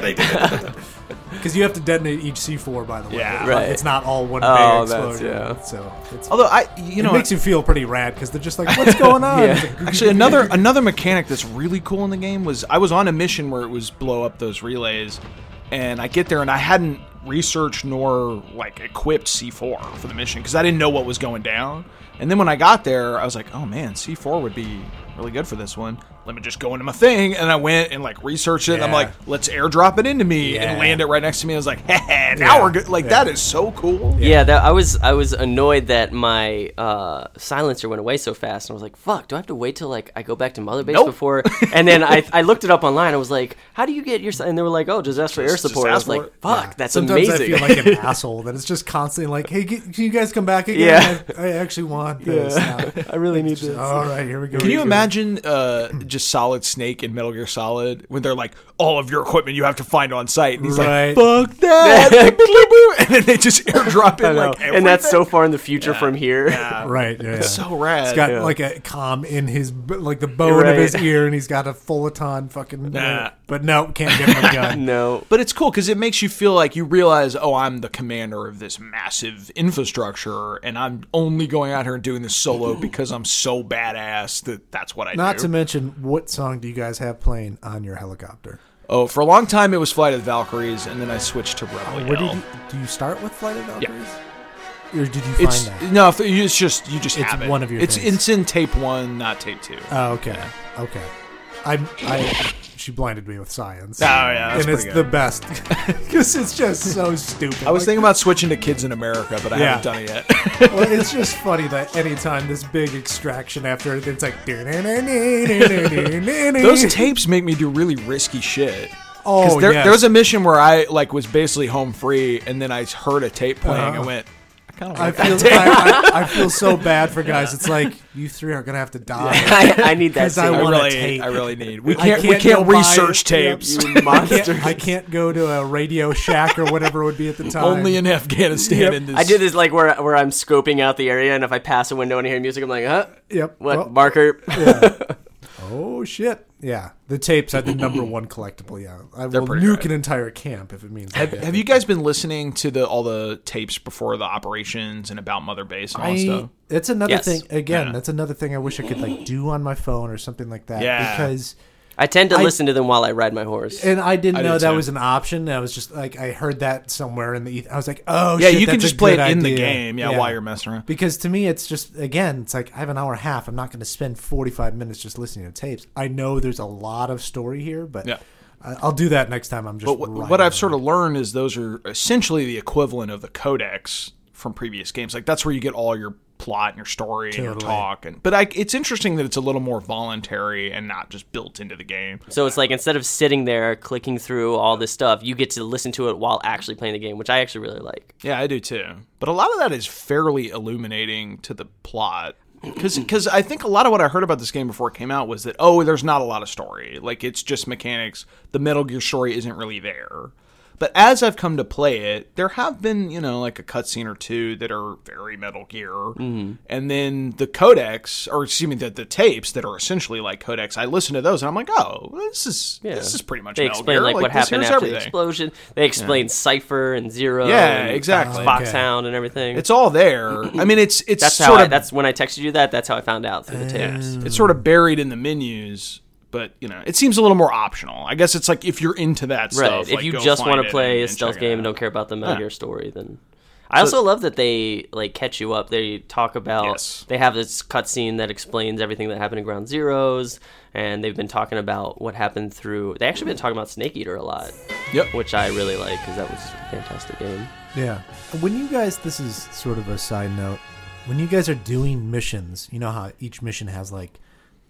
Speaker 1: because you have to detonate each C four, by the way.
Speaker 3: Yeah.
Speaker 2: Right.
Speaker 1: It's not all one
Speaker 2: Oh,
Speaker 1: big
Speaker 2: that's-
Speaker 1: explosion.
Speaker 2: yeah.
Speaker 1: So it's,
Speaker 3: Although I, you know,
Speaker 1: it makes you feel pretty rad because they're just like, what's going on? It's like,
Speaker 3: Actually, another another mechanic that's really cool in the game was I was on a mission where it was blow up those relays, and I get there and I hadn't researched nor like equipped C4 for the mission because I didn't know what was going down. And then when I got there, I was like, oh man, C4 would be really good for this one. Let me just go into my thing, and I went and like researched it. And I'm
Speaker 1: Yeah.
Speaker 3: like, let's airdrop it into me and
Speaker 1: Yeah.
Speaker 3: land it right next to me. I was like, hey, now
Speaker 1: Yeah.
Speaker 3: we're good. Like
Speaker 1: Yeah.
Speaker 3: that is so cool.
Speaker 2: Yeah, that, I was I was annoyed that my uh, silencer went away so fast, and I was like, "Fuck, do I have to wait till like I go back to Mother Base
Speaker 3: Nope.
Speaker 2: before?" And then I, I looked it up online. I was like, "How do you get your?" si-" And they were like, "Oh, disaster air
Speaker 3: Just- just
Speaker 2: support." I
Speaker 3: ask
Speaker 2: was
Speaker 3: for
Speaker 2: like,
Speaker 3: it.
Speaker 2: "Fuck, that's
Speaker 1: Sometimes
Speaker 2: amazing."
Speaker 1: I feel like an asshole that it's just constantly like, hey, get, can you guys come back again?
Speaker 2: Yeah.
Speaker 1: I, I actually want this. now." "Oh,
Speaker 2: I really need this.
Speaker 1: All right, here we go.
Speaker 3: Can you
Speaker 1: Here we go.
Speaker 3: imagine uh, just Solid Snake and Metal Gear Solid when they're like, all of your equipment you have to find on site, and he's
Speaker 1: Right.
Speaker 3: like, "Fuck that!" Boop, boop, boop, and then they just airdrop in like, everything.
Speaker 2: and that's so far in the future from here.
Speaker 1: Right. Yeah. yeah.
Speaker 3: so rad.
Speaker 1: He's got
Speaker 2: Yeah.
Speaker 1: like a comm in his b- like the bone of his
Speaker 2: Right.
Speaker 1: ear, and he's got a fulleton fucking.
Speaker 3: Nah.
Speaker 1: But no, can't get him a gun.
Speaker 2: no,
Speaker 3: but it's cool because it makes you feel like you realize, oh, I'm the commander of this massive infrastructure, and I'm only going out here and doing this solo because I'm so badass that that's what I
Speaker 1: Not
Speaker 3: do.
Speaker 1: to mention, what song do you guys have playing on your helicopter?
Speaker 3: oh, for a long time it was Flight of the Valkyries, and then I switched to Rebel.
Speaker 1: Where
Speaker 3: Yell.
Speaker 1: did you, do you start with Flight of Valkyries? Or did you find
Speaker 3: It's
Speaker 1: that?
Speaker 3: no, if- it's just you just
Speaker 1: It's
Speaker 3: have it.
Speaker 1: one of your
Speaker 3: It's
Speaker 1: things.
Speaker 3: it's in tape one, not tape two.
Speaker 1: Oh, okay. Okay. I, I, she blinded me with science.
Speaker 3: Oh, yeah, that's
Speaker 1: and it's
Speaker 3: pretty
Speaker 1: the
Speaker 3: good.
Speaker 1: best because it's just so stupid.
Speaker 3: I was thinking about switching to Kids in America, but I
Speaker 1: Yeah.
Speaker 3: haven't done it yet.
Speaker 1: well, it's just funny that anytime this big extraction after it, it's like those
Speaker 3: Those tapes make me do really risky shit. 'Cause
Speaker 1: Oh,
Speaker 3: there,
Speaker 1: yes.
Speaker 3: there was a mission where I like was basically home free, and then I heard a tape
Speaker 1: Uh-huh.
Speaker 3: playing. and went, I kind of
Speaker 1: I
Speaker 3: like
Speaker 1: feel I, I, I feel so bad for guys. It's like you three are gonna have to die.
Speaker 2: I, I need that.
Speaker 1: 'Cause I
Speaker 2: scene.
Speaker 3: I
Speaker 1: want a
Speaker 3: really,
Speaker 1: tape.
Speaker 3: I really need. We
Speaker 1: I
Speaker 3: can't, we
Speaker 1: can't
Speaker 3: can't
Speaker 1: go buy it.
Speaker 3: research
Speaker 1: Yep.
Speaker 3: tapes.
Speaker 2: You monster.
Speaker 1: I can't go to a Radio Shack or whatever it would be at the time.
Speaker 3: Only in Afghanistan.
Speaker 1: Yep.
Speaker 3: In this,
Speaker 2: I do this like where where I'm scoping out the area, and if I pass a window and I hear music, I'm like, "Huh?
Speaker 1: Yep.
Speaker 2: What
Speaker 1: Well-
Speaker 2: marker?"
Speaker 1: oh shit! Yeah, the tapes are the number one collectible. Yeah, I will
Speaker 3: pretty
Speaker 1: nuke
Speaker 3: great.
Speaker 1: an entire camp if it means.
Speaker 3: Have, have you guys been listening to the all the tapes before the operations and about Mother Base and all that
Speaker 1: I,
Speaker 3: stuff?
Speaker 1: it's another
Speaker 2: Yes.
Speaker 1: thing. Again, that's another thing I wish I could like do on my phone or something like that.
Speaker 3: Yeah.
Speaker 1: Because
Speaker 2: I tend to
Speaker 1: I-
Speaker 2: listen to them while I ride my horse.
Speaker 1: and I didn't
Speaker 3: I
Speaker 1: know
Speaker 3: do
Speaker 1: that
Speaker 3: too.
Speaker 1: was an option. I was just like I heard that somewhere in the. eth- I was like, oh
Speaker 3: Yeah,
Speaker 1: shit,
Speaker 3: you can
Speaker 1: that's a
Speaker 3: just play it
Speaker 1: good
Speaker 3: in the
Speaker 1: idea.
Speaker 3: game. Yeah, while you're messing around.
Speaker 1: Because to me, it's just again, it's like I have an hour and a half. I'm not going to spend 45 minutes just listening to tapes. I know there's a lot of story here, but
Speaker 3: Yeah.
Speaker 1: I- I'll do that next time. I'm just.
Speaker 3: But what, what I've sort of learned is those are essentially the equivalent of the codex from previous games. Like that's where you get all your plot and your story and your
Speaker 1: Totally.
Speaker 3: talk. And but I, it's interesting that it's a little more voluntary and not just built into the game.
Speaker 2: So it's like instead of sitting there clicking through all this stuff, you get to listen to it while actually playing the game, which I actually really like.
Speaker 3: Yeah, I do too. But a lot of that is fairly illuminating to the plot. Because I think a lot of what I heard about this game before it came out was that, oh, there's not a lot of story. Like, it's just mechanics. The Metal Gear story isn't really there. But as I've come to play it, there have been, you know, like a cutscene or two that are very Metal Gear.
Speaker 2: Mm-hmm.
Speaker 3: And then the codex, or excuse me, the, the tapes that are essentially like codex, I listen to those and I'm like, oh, this is this is pretty much
Speaker 2: They
Speaker 3: Metal
Speaker 2: explain
Speaker 3: Gear.
Speaker 2: like what
Speaker 3: this
Speaker 2: happened
Speaker 3: here's
Speaker 2: after the
Speaker 3: everything.
Speaker 2: explosion. They explain Cipher and Zero.
Speaker 3: Yeah,
Speaker 2: and
Speaker 3: exactly.
Speaker 2: Foxhound and everything.
Speaker 3: It's all there. I mean, it's it's
Speaker 2: that's how.
Speaker 3: sort
Speaker 2: I,
Speaker 3: of Eh.
Speaker 2: that's when I texted you that. That's how I found out through the tapes.
Speaker 3: Yes. It's sort of buried in the menus, but you know, it seems a little more optional. I guess it's like if you're into
Speaker 2: Right.
Speaker 3: that stuff.
Speaker 2: if
Speaker 3: like,
Speaker 2: you
Speaker 3: go
Speaker 2: just
Speaker 3: find
Speaker 2: want
Speaker 3: it
Speaker 2: to play
Speaker 3: and-
Speaker 2: a
Speaker 3: and
Speaker 2: stealth
Speaker 3: check it
Speaker 2: game
Speaker 3: out.
Speaker 2: and don't care about the Metal
Speaker 3: Yeah.
Speaker 2: Gear story, then. I also love that they like catch you up. They talk about
Speaker 3: Yes.
Speaker 2: they have this cutscene that explains everything that happened in Ground Zeroes, and they've been talking about what happened through. They actually been talking about Snake Eater a lot,
Speaker 3: Yep.
Speaker 2: which I really like because that was a fantastic game.
Speaker 1: Yeah. When you guys, this is sort of a side note. When you guys are doing missions, you know how each mission has like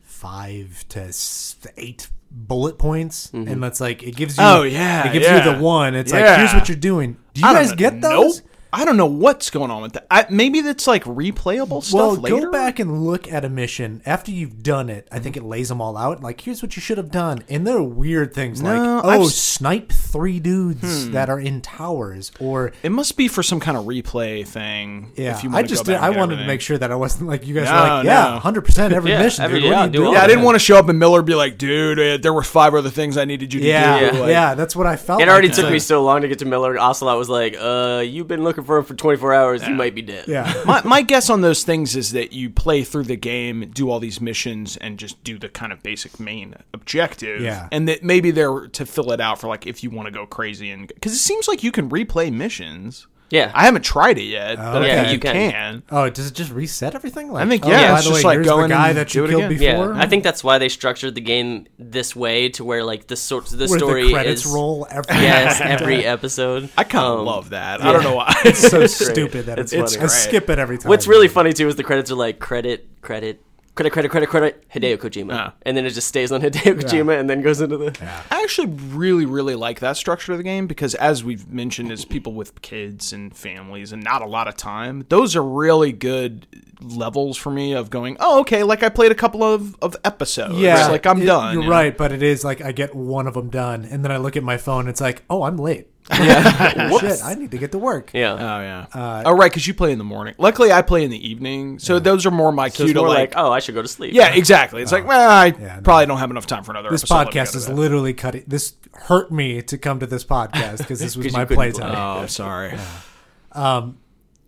Speaker 1: five to s- eight bullet points, and that's like it gives you.
Speaker 3: Mm-hmm. Oh, yeah,
Speaker 1: it gives
Speaker 3: yeah.
Speaker 1: you the one. It's
Speaker 3: Yeah.
Speaker 1: like here's what you're doing. Do you
Speaker 3: I don't
Speaker 1: guys
Speaker 3: know.
Speaker 1: get those?
Speaker 3: Nope. I don't know what's going on with that. I, maybe that's like replayable stuff
Speaker 1: well,
Speaker 3: later.
Speaker 1: go back and look at a mission after you've done it. I think it lays them all out. Like, here's what you should have done. And there are weird things
Speaker 3: No,
Speaker 1: like,
Speaker 3: I've
Speaker 1: oh,
Speaker 3: s- Hmm.
Speaker 1: snipe three dudes that are in towers, or
Speaker 3: It must be for some kind of replay thing.
Speaker 1: yeah.
Speaker 3: if you
Speaker 1: I
Speaker 3: wanna go
Speaker 1: just
Speaker 3: back
Speaker 1: did, I
Speaker 3: and get
Speaker 1: wanted to
Speaker 3: everything.
Speaker 1: make sure that I wasn't like you guys
Speaker 3: No,
Speaker 1: were like, yeah,
Speaker 3: no.
Speaker 1: hundred percent every
Speaker 2: Yeah,
Speaker 1: mission,
Speaker 2: every-
Speaker 1: dude. What
Speaker 2: yeah,
Speaker 1: are you
Speaker 2: do
Speaker 1: doing?
Speaker 2: all
Speaker 3: Yeah, I didn't
Speaker 2: Yeah.
Speaker 3: want to show up and Miller be like, dude, eh, there were five other things I needed you to
Speaker 1: Yeah,
Speaker 3: do.
Speaker 1: yeah,
Speaker 3: Like,
Speaker 1: that's what I felt.
Speaker 3: Oh
Speaker 2: It
Speaker 1: like
Speaker 2: already
Speaker 1: at
Speaker 2: took me
Speaker 1: first.
Speaker 2: so long to get to Miller. Ocelot was like, "Uh, you've been looking for him for 24 hours. You might be dead."
Speaker 1: Yeah,
Speaker 3: my, my guess on those things is that you play through the game, do all these missions, and just do the kind of basic main objective.
Speaker 1: Yeah.
Speaker 3: And that maybe they're to fill it out for like if you want to go crazy and because it seems like you can replay missions.
Speaker 2: Yeah.
Speaker 3: I haven't tried it yet, but I
Speaker 2: Yeah,
Speaker 3: think
Speaker 2: you
Speaker 3: you
Speaker 2: can.
Speaker 3: can.
Speaker 1: Oh, does it just reset everything? Like,
Speaker 3: I think,
Speaker 1: oh,
Speaker 3: yeah,
Speaker 1: by
Speaker 3: it's
Speaker 1: the
Speaker 3: just
Speaker 1: way,
Speaker 3: like
Speaker 1: here's
Speaker 3: go
Speaker 1: the
Speaker 3: in
Speaker 1: guy
Speaker 3: and
Speaker 1: that
Speaker 3: do
Speaker 1: you
Speaker 3: it
Speaker 1: killed
Speaker 3: again.
Speaker 1: before.
Speaker 2: Yeah, I think that's why they structured the game this way to where like the sort the
Speaker 1: Where
Speaker 2: story
Speaker 1: the credits
Speaker 2: is
Speaker 1: roll every
Speaker 2: yes every episode.
Speaker 3: I kind of
Speaker 2: Um,
Speaker 3: love that. I don't know why.
Speaker 1: It's so stupid that
Speaker 2: It's
Speaker 1: it's,
Speaker 2: funny.
Speaker 1: I
Speaker 3: Right.
Speaker 1: skip it every time.
Speaker 2: What's really funny too is the credits are like credit credit credit credit credit credit Hideo Kojima,
Speaker 3: Ah.
Speaker 2: and then it just stays on Hideo Kojima and then goes into the.
Speaker 3: I actually really, really like that structure of the game because, as we've mentioned, as people with kids and families and not a lot of time, those are really good levels for me of going, oh, okay, like I played a couple of, of episodes.
Speaker 1: Yeah,
Speaker 3: Like I'm
Speaker 1: it-
Speaker 3: done.
Speaker 1: You're
Speaker 3: and-
Speaker 1: right, but it is like I get one of them done, and then I look at my phone. It's like, oh, I'm late. Oh, shit, I need to get to work.
Speaker 2: Yeah.
Speaker 3: Oh, yeah.
Speaker 1: Uh,
Speaker 3: oh, right, because you play in the morning. Luckily, I play in the evening. So those are more my
Speaker 2: so
Speaker 3: cue
Speaker 2: it's
Speaker 3: to
Speaker 2: more
Speaker 3: like.
Speaker 2: like, oh, I should go to sleep.
Speaker 3: yeah, exactly. It's like, well, I
Speaker 1: oh. no.
Speaker 3: probably don't have enough time for another
Speaker 1: This
Speaker 3: episode. Let me go
Speaker 1: podcast
Speaker 3: to
Speaker 1: is
Speaker 3: bed.
Speaker 1: literally cutting. This hurt me to come to this podcast because this
Speaker 2: 'Cause
Speaker 1: was
Speaker 2: you
Speaker 1: my
Speaker 2: couldn't
Speaker 1: playtime.
Speaker 2: play.
Speaker 3: Oh, I'm sorry.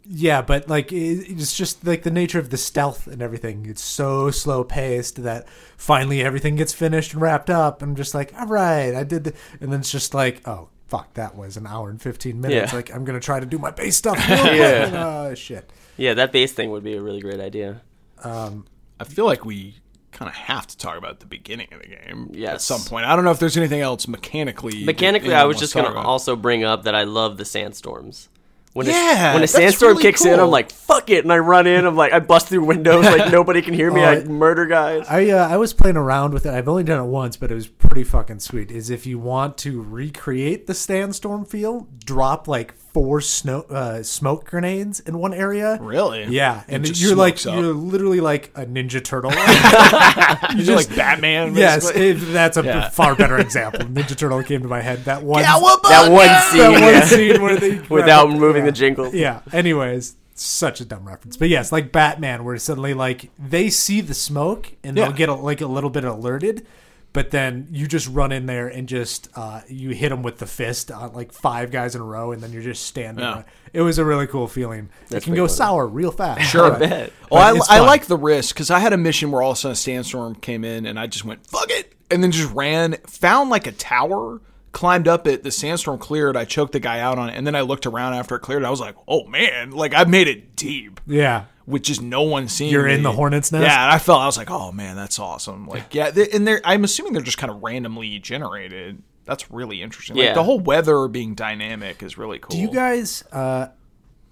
Speaker 1: Yeah, but like it, it's just like the nature of the stealth and everything. It's so slow paced that finally everything gets finished and wrapped up. I'm just like, all right, I did, the, and then it's just like, oh fuck, that was an hour and fifteen minutes.
Speaker 2: Yeah.
Speaker 1: Like I'm gonna try to do my base stuff. Real quick.
Speaker 2: Yeah.
Speaker 1: Oh, shit.
Speaker 2: Yeah, that base thing would be a really great idea.
Speaker 3: I feel like we kind of have to talk about the beginning of the game at
Speaker 2: Yes.
Speaker 3: some point. I don't know if there's anything else mechanically. that
Speaker 2: Mechanically,
Speaker 3: anyone
Speaker 2: I was
Speaker 3: wants
Speaker 2: just
Speaker 3: to
Speaker 2: going
Speaker 3: talk
Speaker 2: to
Speaker 3: about.
Speaker 2: also bring up that I love the sandstorms. When
Speaker 3: Yeah,
Speaker 2: a, when a
Speaker 3: that's
Speaker 2: sandstorm
Speaker 3: really
Speaker 2: kicks in,
Speaker 3: cool.
Speaker 2: I'm like, fuck it. And I run in, I'm like, I bust through windows, like, nobody can hear me.
Speaker 1: Oh,
Speaker 2: I
Speaker 1: I-
Speaker 2: murder guys.
Speaker 1: I uh, I was playing around with it. I've only done it once, but it was pretty fucking sweet. Is if you want to recreate the sandstorm feel, drop like four snow uh, smoke grenades in one area.
Speaker 3: Really?
Speaker 1: Yeah,
Speaker 3: It
Speaker 1: and
Speaker 3: just
Speaker 1: you're like
Speaker 3: smokes up.
Speaker 1: you're literally like a ninja turtle.
Speaker 3: you do like Batman.
Speaker 1: yes,
Speaker 3: basically?
Speaker 1: it, that's a b-
Speaker 3: Yeah.
Speaker 1: far better example. Ninja turtle came to my head. That one.
Speaker 3: Cowabunga!
Speaker 2: that one
Speaker 1: that
Speaker 2: scene
Speaker 1: one
Speaker 2: yeah,
Speaker 1: scene where they
Speaker 2: without moving the jingle.
Speaker 1: yeah. Anyways, such a dumb reference. But yes, like Batman, where suddenly like they see the smoke and
Speaker 3: Yeah.
Speaker 1: they'll get a, like a little bit alerted, but then you just run in there and just uh, you hit them with the fist on like five guys in a row, and then you're just standing.
Speaker 3: Yeah.
Speaker 1: there. It was a really cool feeling. it can
Speaker 2: pretty
Speaker 1: go
Speaker 2: funny.
Speaker 1: sour real fast.
Speaker 3: Sure.
Speaker 1: but-
Speaker 2: bet.
Speaker 1: but
Speaker 3: Well,
Speaker 1: it's
Speaker 3: I, I
Speaker 1: fun.
Speaker 3: like the risk because I had a mission where all of a sudden a sandstorm came in and I just went fuck it and then just ran, found like a tower, climbed up it. The sandstorm cleared. I choked the guy out on it, and then I looked around after it cleared. I was like, oh man, like I made it deep.
Speaker 1: Yeah.
Speaker 3: with just no one seeing.
Speaker 1: You're in
Speaker 3: me.
Speaker 1: the hornet's nest?
Speaker 3: Yeah, and I felt I was like, oh man, that's awesome. Like, yeah, they, and they're I'm assuming they're just kind of randomly generated. That's really interesting. Like
Speaker 2: Yeah.
Speaker 3: the whole weather being dynamic is really cool.
Speaker 1: Do you guys uh,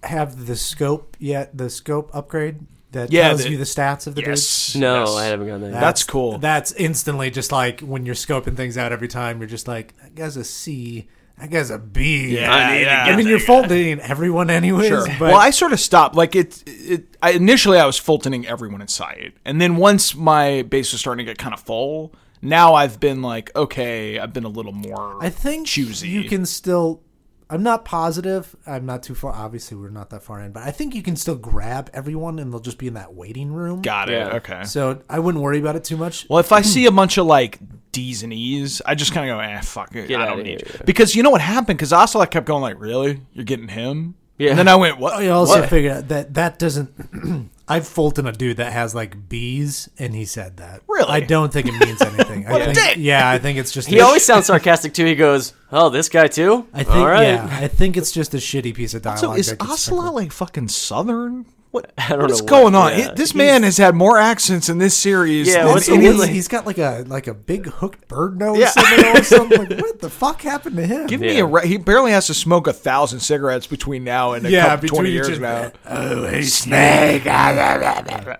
Speaker 1: have the scope yet? The scope upgrade that
Speaker 3: Yeah,
Speaker 1: tells
Speaker 3: the-
Speaker 1: you the stats of the dudes.
Speaker 3: Yes.
Speaker 2: No,
Speaker 3: yes.
Speaker 2: I haven't gotten that. yet.
Speaker 3: That's cool.
Speaker 1: That's instantly just like when you're scoping things out every time, you're just like, that guy's a C, that guy's a B.
Speaker 3: Yeah, I need to yeah.
Speaker 1: I mean, you're faulting everyone anyways.
Speaker 3: Sure.
Speaker 1: But
Speaker 3: well, I sort of stopped. Like it, it. I, initially, I was Fultoning everyone in sight, and then once my base was starting to get kind of full, now I've been like, okay, I've been a little more.
Speaker 1: I think
Speaker 3: choosy.
Speaker 1: you can still. I'm not positive. I'm not too far. Obviously, we're not that far in, but I think you can still grab everyone, and they'll just be in that waiting room.
Speaker 3: got it.
Speaker 2: Yeah.
Speaker 3: Okay.
Speaker 1: So I wouldn't worry about it too much.
Speaker 3: Well, if I see a
Speaker 2: Hmm.
Speaker 3: bunch of like D's and E's, I just kind of go, eh, fuck it.
Speaker 2: Get
Speaker 3: I
Speaker 2: outta
Speaker 3: don't need
Speaker 2: here,
Speaker 3: you.
Speaker 2: yeah.
Speaker 3: Because you know what happened? Because Ocelot kept going, like, really? You're getting him?
Speaker 2: Yeah.
Speaker 3: And then I went, what?
Speaker 1: I also
Speaker 3: What?
Speaker 1: figured out that that doesn't. I've Fulton a dude that has like B's, and he said that.
Speaker 3: Really?
Speaker 1: I don't think it means anything.
Speaker 3: What
Speaker 1: I
Speaker 3: a
Speaker 1: think,
Speaker 3: dick!
Speaker 1: Yeah, I think it's just.
Speaker 2: He always sounds sarcastic too. He goes, "Oh, this guy too."
Speaker 1: I think
Speaker 2: All right.
Speaker 1: yeah, I think it's just a shitty piece of dialogue.
Speaker 3: So is
Speaker 1: that gets
Speaker 3: Ocelot
Speaker 1: sprinkled.
Speaker 3: like fucking Southern? What? I
Speaker 2: don't
Speaker 3: what's
Speaker 2: know what,
Speaker 3: going on?
Speaker 2: yeah.
Speaker 3: It- this man has had more accents in this series.
Speaker 2: Yeah,
Speaker 3: than
Speaker 2: what's the
Speaker 3: any-
Speaker 1: And
Speaker 2: weird-
Speaker 1: he's- he's got like a like a big hooked bird nose
Speaker 3: Yeah.
Speaker 1: somewhere or something. Like, what the fuck happened to him?
Speaker 3: Give me a. Re- he barely has to smoke a thousand cigarettes between now and a
Speaker 1: Yeah,
Speaker 3: couple, twenty
Speaker 1: between
Speaker 3: years
Speaker 1: just-
Speaker 3: now.
Speaker 1: oh, a snake!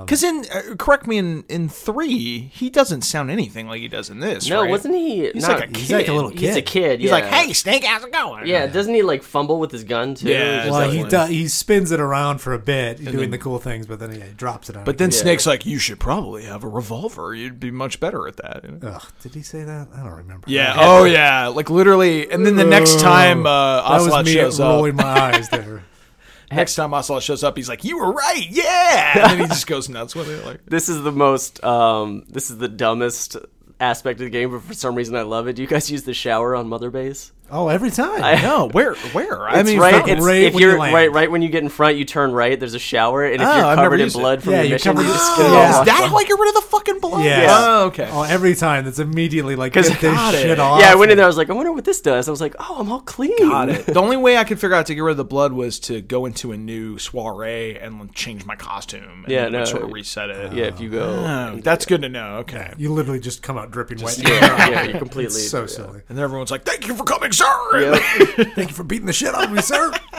Speaker 3: Because in uh, correct me in in three, he doesn't sound anything like he does in this.
Speaker 2: No,
Speaker 3: right?
Speaker 2: wasn't he?
Speaker 3: He's
Speaker 2: not,
Speaker 3: like a kid.
Speaker 1: He's like a little kid.
Speaker 2: He's a kid.
Speaker 3: He's
Speaker 2: yeah.
Speaker 3: like, "Hey, Snake, how's it going?"
Speaker 2: Yeah, doesn't he like fumble with his gun too?
Speaker 3: Yeah,
Speaker 2: He's
Speaker 3: it's
Speaker 1: Well,
Speaker 2: like-
Speaker 3: like-
Speaker 1: he
Speaker 3: Definitely.
Speaker 1: do, he spins it around for a bit, doing the cool things, but then he drops it on.
Speaker 3: But then Snake's like, "You should probably have a revolver. You'd be much better at that." you know?
Speaker 1: Ugh, did he say that? I don't remember.
Speaker 3: Yeah. Oh, yeah. Like literally. And then the next time uh,
Speaker 1: Oh, that was
Speaker 3: Ocelot
Speaker 1: me
Speaker 3: shows up,
Speaker 1: rolling my eyes there.
Speaker 3: next time Ocelot shows up, he's like, "You were right. Yeah." And then he just goes nuts with it. Like,
Speaker 2: this is the most. Um, this is the dumbest aspect of the game, but for some reason I love it. Do you guys use the shower on Mother Base?
Speaker 1: Oh, every time.
Speaker 3: no, where, where? I
Speaker 2: It's
Speaker 3: mean,
Speaker 2: right.
Speaker 1: not
Speaker 2: It's,
Speaker 1: right
Speaker 2: if
Speaker 1: when you
Speaker 2: you're
Speaker 1: land.
Speaker 2: right, right when you get in front, you turn right. There's a shower, and if
Speaker 3: Oh,
Speaker 2: you're
Speaker 3: I've never
Speaker 2: covered in
Speaker 3: used it.
Speaker 2: blood from
Speaker 1: Yeah,
Speaker 2: your
Speaker 1: you're
Speaker 2: mission,
Speaker 1: covered-
Speaker 2: you just get
Speaker 1: Yeah.
Speaker 2: it
Speaker 1: Yeah.
Speaker 2: all
Speaker 3: Is
Speaker 2: washed
Speaker 3: that
Speaker 2: off.
Speaker 3: how I get rid of the fucking blood?
Speaker 1: Yes.
Speaker 3: Oh, okay.
Speaker 1: Oh, every time. That's immediately like get this shit off.
Speaker 2: Yeah, I went in there. I was like, I wonder what this does. I was like, oh, I'm all clean.
Speaker 3: Got it. The only way I could figure out to get rid of the blood was to go into a new soiree and change my costume. And
Speaker 2: Yeah,
Speaker 3: it would
Speaker 2: no.
Speaker 3: sort of reset it.
Speaker 2: Yeah, if you go,
Speaker 3: Oh, that's good to know. Okay.
Speaker 1: You literally just come out dripping wet.
Speaker 2: yeah, yeah, you're completely
Speaker 1: so
Speaker 2: yeah.
Speaker 1: silly.
Speaker 3: And then everyone's like, "Thank you for coming, sir."
Speaker 1: Thank you for beating the shit out of me, sir. Oh.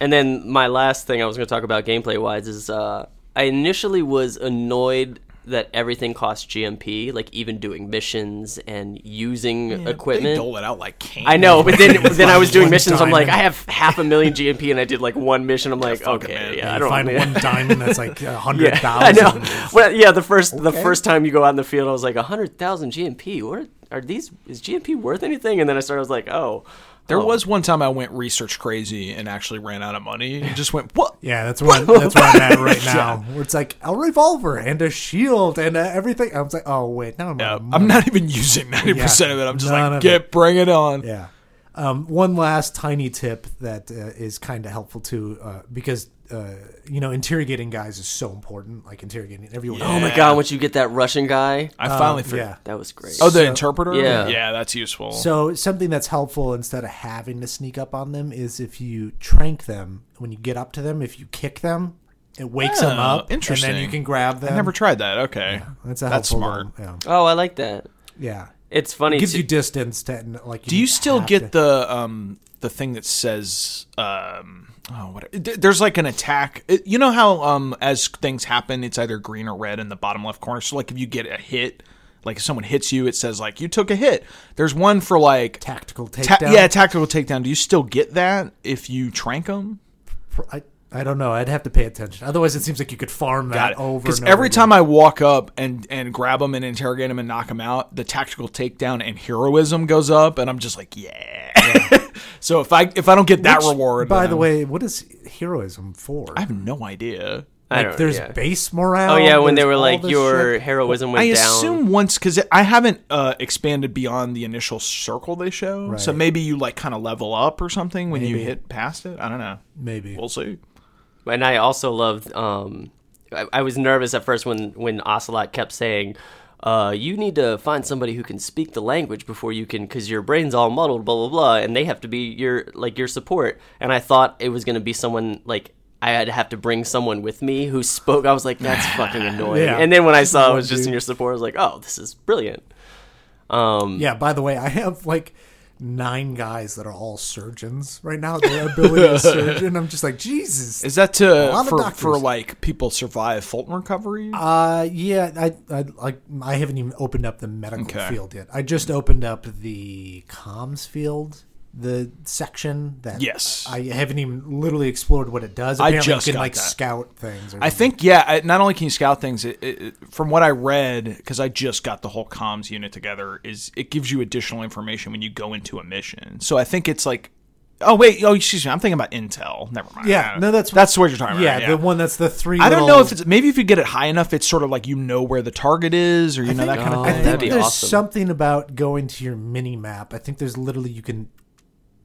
Speaker 2: And then my last thing I was going to talk about gameplay wise is uh, I initially was annoyed that everything cost GMP, like even doing missions and using
Speaker 3: They
Speaker 2: equipment.
Speaker 3: dole it out like candy.
Speaker 2: I know, but then then I was doing
Speaker 1: One
Speaker 2: missions. I'm like, I
Speaker 1: diamond.
Speaker 2: have half a million GMP, and I did like one mission. I'm like,
Speaker 3: fuck it,
Speaker 2: okay,
Speaker 3: man.
Speaker 2: yeah, I
Speaker 1: You
Speaker 2: don't
Speaker 1: find
Speaker 2: really-
Speaker 1: one diamond that's like a hundred
Speaker 2: Yeah, I
Speaker 1: thousand.
Speaker 2: know. Well, yeah, the first the
Speaker 1: Okay.
Speaker 2: first time you go out in the field, I was like, hundred thousand GMP. What are, are these? Is GMP worth anything? And then I started. I was like, oh,
Speaker 3: There
Speaker 2: oh.
Speaker 3: was one time I went research crazy and actually ran out of money and just went, "What?"
Speaker 1: Yeah, that's where that's where I'm at right now. Where it's like a revolver and a shield and uh, everything. I was like, oh wait, now I'm out
Speaker 3: Uh,
Speaker 1: of
Speaker 3: I'm
Speaker 1: money.
Speaker 3: not even using ninety percent of it. I'm just
Speaker 1: None
Speaker 3: like,
Speaker 1: of
Speaker 3: "Get,
Speaker 1: it.
Speaker 3: bring it on."
Speaker 1: Yeah. Um, one last tiny tip that uh, is kind of helpful too, uh, because uh, you know interrogating guys is so important. Like interrogating everyone.
Speaker 2: Oh my god! Once you get that Russian guy,
Speaker 3: I finally figured.
Speaker 1: Uh, yeah.
Speaker 2: that was great.
Speaker 3: Oh, the interpreter.
Speaker 2: Yeah.
Speaker 3: yeah, that's useful.
Speaker 1: So something that's helpful instead of having to sneak up on them is if you trank them when you get up to them, if you kick them, it wakes them
Speaker 3: Oh,
Speaker 1: up. And
Speaker 3: interesting.
Speaker 1: then you can grab them.
Speaker 3: I never tried that. Okay,
Speaker 1: um, That's a
Speaker 3: That's
Speaker 1: helpful
Speaker 3: smart.
Speaker 1: little-
Speaker 2: Oh, I like that.
Speaker 1: yeah. yeah.
Speaker 2: It's funny.
Speaker 1: It gives
Speaker 2: too-
Speaker 1: you distance to like.
Speaker 3: Do you still
Speaker 1: have
Speaker 3: get
Speaker 1: to-
Speaker 3: the um the thing that says um oh what th- there's like an attack it- you know how um as things happen it's either green or red in the bottom left corner so like if you get a hit like if someone hits you it says like you took a hit there's one for like
Speaker 1: tactical
Speaker 3: ta-
Speaker 1: takedown?
Speaker 3: yeah tactical takedown do you still get that if you trank them
Speaker 1: I, I don't know. I'd have to pay attention. Otherwise, it seems like you could farm that over.
Speaker 3: because
Speaker 1: and over
Speaker 3: every
Speaker 1: again.
Speaker 3: time I walk up and and grab them and interrogate them and knock them out, the tactical takedown and heroism goes up, and I'm just like, yeah. so if I if I don't get that
Speaker 1: Which,
Speaker 3: reward,
Speaker 1: By
Speaker 3: then
Speaker 1: the
Speaker 3: I'm-
Speaker 1: way, what is heroism for?
Speaker 3: I have no idea.
Speaker 2: I
Speaker 1: like,
Speaker 2: don't-
Speaker 1: there's
Speaker 2: yeah.
Speaker 1: base morale.
Speaker 2: Oh yeah, when they
Speaker 1: there's
Speaker 2: were
Speaker 1: all
Speaker 2: like
Speaker 1: this
Speaker 2: your
Speaker 1: shit.
Speaker 2: heroism went
Speaker 3: I
Speaker 2: down.
Speaker 3: assume once because I haven't uh, expanded beyond the initial circle they show, so
Speaker 1: Right.
Speaker 3: maybe you like kind of level up or something when you hit past it. I don't know.
Speaker 1: maybe.
Speaker 3: We'll see.
Speaker 2: and I also loved. Um, I, I was nervous at first when when Ocelot kept saying, uh, "You need to find somebody who can speak the language before you can, because your brain's all muddled, blah blah blah, and they have to be your like your support." And I thought it was gonna be someone like. I had to have to bring someone with me who spoke. I was like, "That's fucking annoying."
Speaker 1: Yeah.
Speaker 2: And then when I saw it was just
Speaker 1: dude.
Speaker 2: in your support, I was like, "Oh, this is brilliant." Um,
Speaker 1: Yeah, by the way, I have like nine guys that are all surgeons right now. Their ability to surgeon. I'm just like, Jesus.
Speaker 3: Is
Speaker 1: lot
Speaker 3: that to
Speaker 1: of
Speaker 3: for,
Speaker 1: doctors.
Speaker 3: for like people survive Fulton recovery?
Speaker 1: uh yeah, I I like I haven't even opened up the medical
Speaker 3: Okay.
Speaker 1: field yet. I just opened up the comms field, the section that
Speaker 3: Yes.
Speaker 1: I haven't even literally explored what it does.
Speaker 3: I
Speaker 1: Apparently
Speaker 3: just
Speaker 1: you can
Speaker 3: got
Speaker 1: like
Speaker 3: that.
Speaker 1: scout things. Or
Speaker 3: I think yeah. I, not only can you scout things, it, it, it- from what I read, because I just got the whole comms unit together, is it gives you additional information when you go into a mission. So I think it's like, oh wait, oh excuse me, I'm thinking about intel. Never mind.
Speaker 1: Yeah, no, that's-
Speaker 3: that's what you're talking
Speaker 1: yeah,
Speaker 3: about.
Speaker 1: the one that's the three.
Speaker 3: I don't
Speaker 1: little-
Speaker 3: know if it's maybe if you get it high enough, it's sort of like you know where the target is, or you know that kind of
Speaker 1: I
Speaker 3: thing.
Speaker 1: think
Speaker 2: Oh, that'd be
Speaker 1: there's
Speaker 2: awesome.
Speaker 1: something about going to your mini map. I think there's literally you can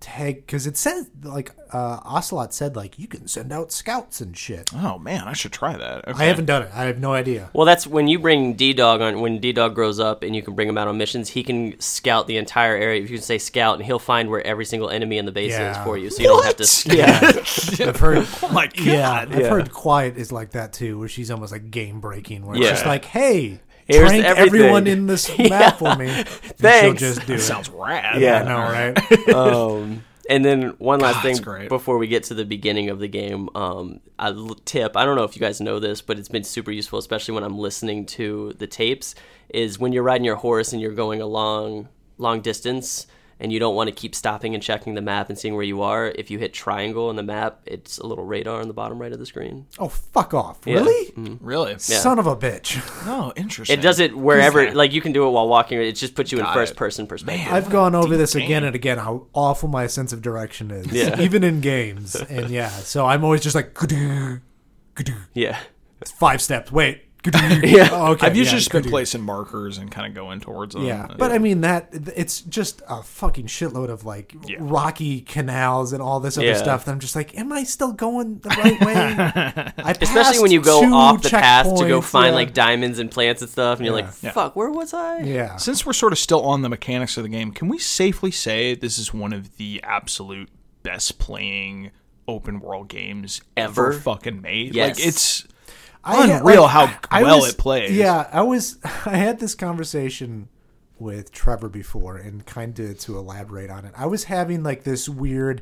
Speaker 1: tag because it says like uh, Ocelot said like you can send out scouts and shit.
Speaker 3: oh man, I should try that. Okay.
Speaker 1: I haven't done it. I have no idea.
Speaker 2: Well, that's when you bring D Dog on. When D Dog grows up and you can bring him out on missions, he can scout the entire area. If you can say scout, and he'll find where every single enemy in the base is
Speaker 1: Yeah.
Speaker 2: for you, so you don't have
Speaker 3: What?
Speaker 2: to. Yeah,
Speaker 1: I've heard.
Speaker 3: Oh my god.
Speaker 1: Yeah, I've
Speaker 2: yeah.
Speaker 1: heard Quiet is like that too, where she's almost like game breaking, where
Speaker 2: Yeah.
Speaker 1: it's just like, "Hey,
Speaker 2: Here's
Speaker 1: trank
Speaker 2: everything.
Speaker 1: everyone in this map for me." And
Speaker 2: Thanks.
Speaker 1: She'll just do
Speaker 3: That
Speaker 1: it.
Speaker 3: sounds rad.
Speaker 1: I
Speaker 2: Yeah.
Speaker 1: know, right?
Speaker 2: um, And then one last
Speaker 3: God, that's
Speaker 2: thing
Speaker 3: great.
Speaker 2: before we get to the beginning of the game, um, a l- tip. I don't know if you guys know this, but it's been super useful, especially when I'm listening to the tapes. Is when you're riding your horse and you're going a long, long distance, and you don't want to keep stopping and checking the map and seeing where you are. If you hit triangle on the map, it's a little radar on the bottom right of the screen.
Speaker 1: Oh, fuck off. Really?
Speaker 2: Mm,
Speaker 3: Really?
Speaker 1: Son of a bitch.
Speaker 3: No, interesting.
Speaker 2: It does it wherever.
Speaker 3: that?
Speaker 2: Like you can do it while walking. It just puts you in
Speaker 3: Got
Speaker 2: first
Speaker 3: it.
Speaker 2: person perspective.
Speaker 1: I've gone over this again and again how awful my sense of direction is,
Speaker 2: Yeah.
Speaker 1: even in games. And yeah, so I'm always just like, "Gdoo, gdoo."
Speaker 2: Yeah.
Speaker 1: It's five steps. Wait. gdoo.
Speaker 2: Yeah.
Speaker 1: Oh, okay.
Speaker 3: I've usually
Speaker 1: yeah,
Speaker 3: just been
Speaker 1: gdoo.
Speaker 3: placing markers and kind of going towards them.
Speaker 1: Yeah, but I mean that it's just a fucking shitload of like rocky canals and all this other
Speaker 2: Yeah.
Speaker 1: stuff. That I'm just like, am I still going the right way? I
Speaker 2: Especially when
Speaker 1: passed
Speaker 2: you go
Speaker 1: two
Speaker 2: off the path to go
Speaker 1: checkpoints,
Speaker 2: find
Speaker 1: yeah.
Speaker 2: like diamonds and plants and stuff, and you're like,
Speaker 3: Yeah.
Speaker 2: "Fuck, where was I?"
Speaker 1: yeah,
Speaker 3: Since we're sort of still on the mechanics of the game, can we safely say this is one of the absolute best playing open world games ever,
Speaker 2: Ever?
Speaker 3: fucking made?
Speaker 2: Yes.
Speaker 3: Like it's
Speaker 1: I had,
Speaker 3: unreal
Speaker 1: like,
Speaker 3: how
Speaker 1: I
Speaker 3: well
Speaker 1: was-
Speaker 3: it plays.
Speaker 1: Yeah, I was. I had this conversation with Trevor before, and kind of to elaborate on it. I was having like this weird,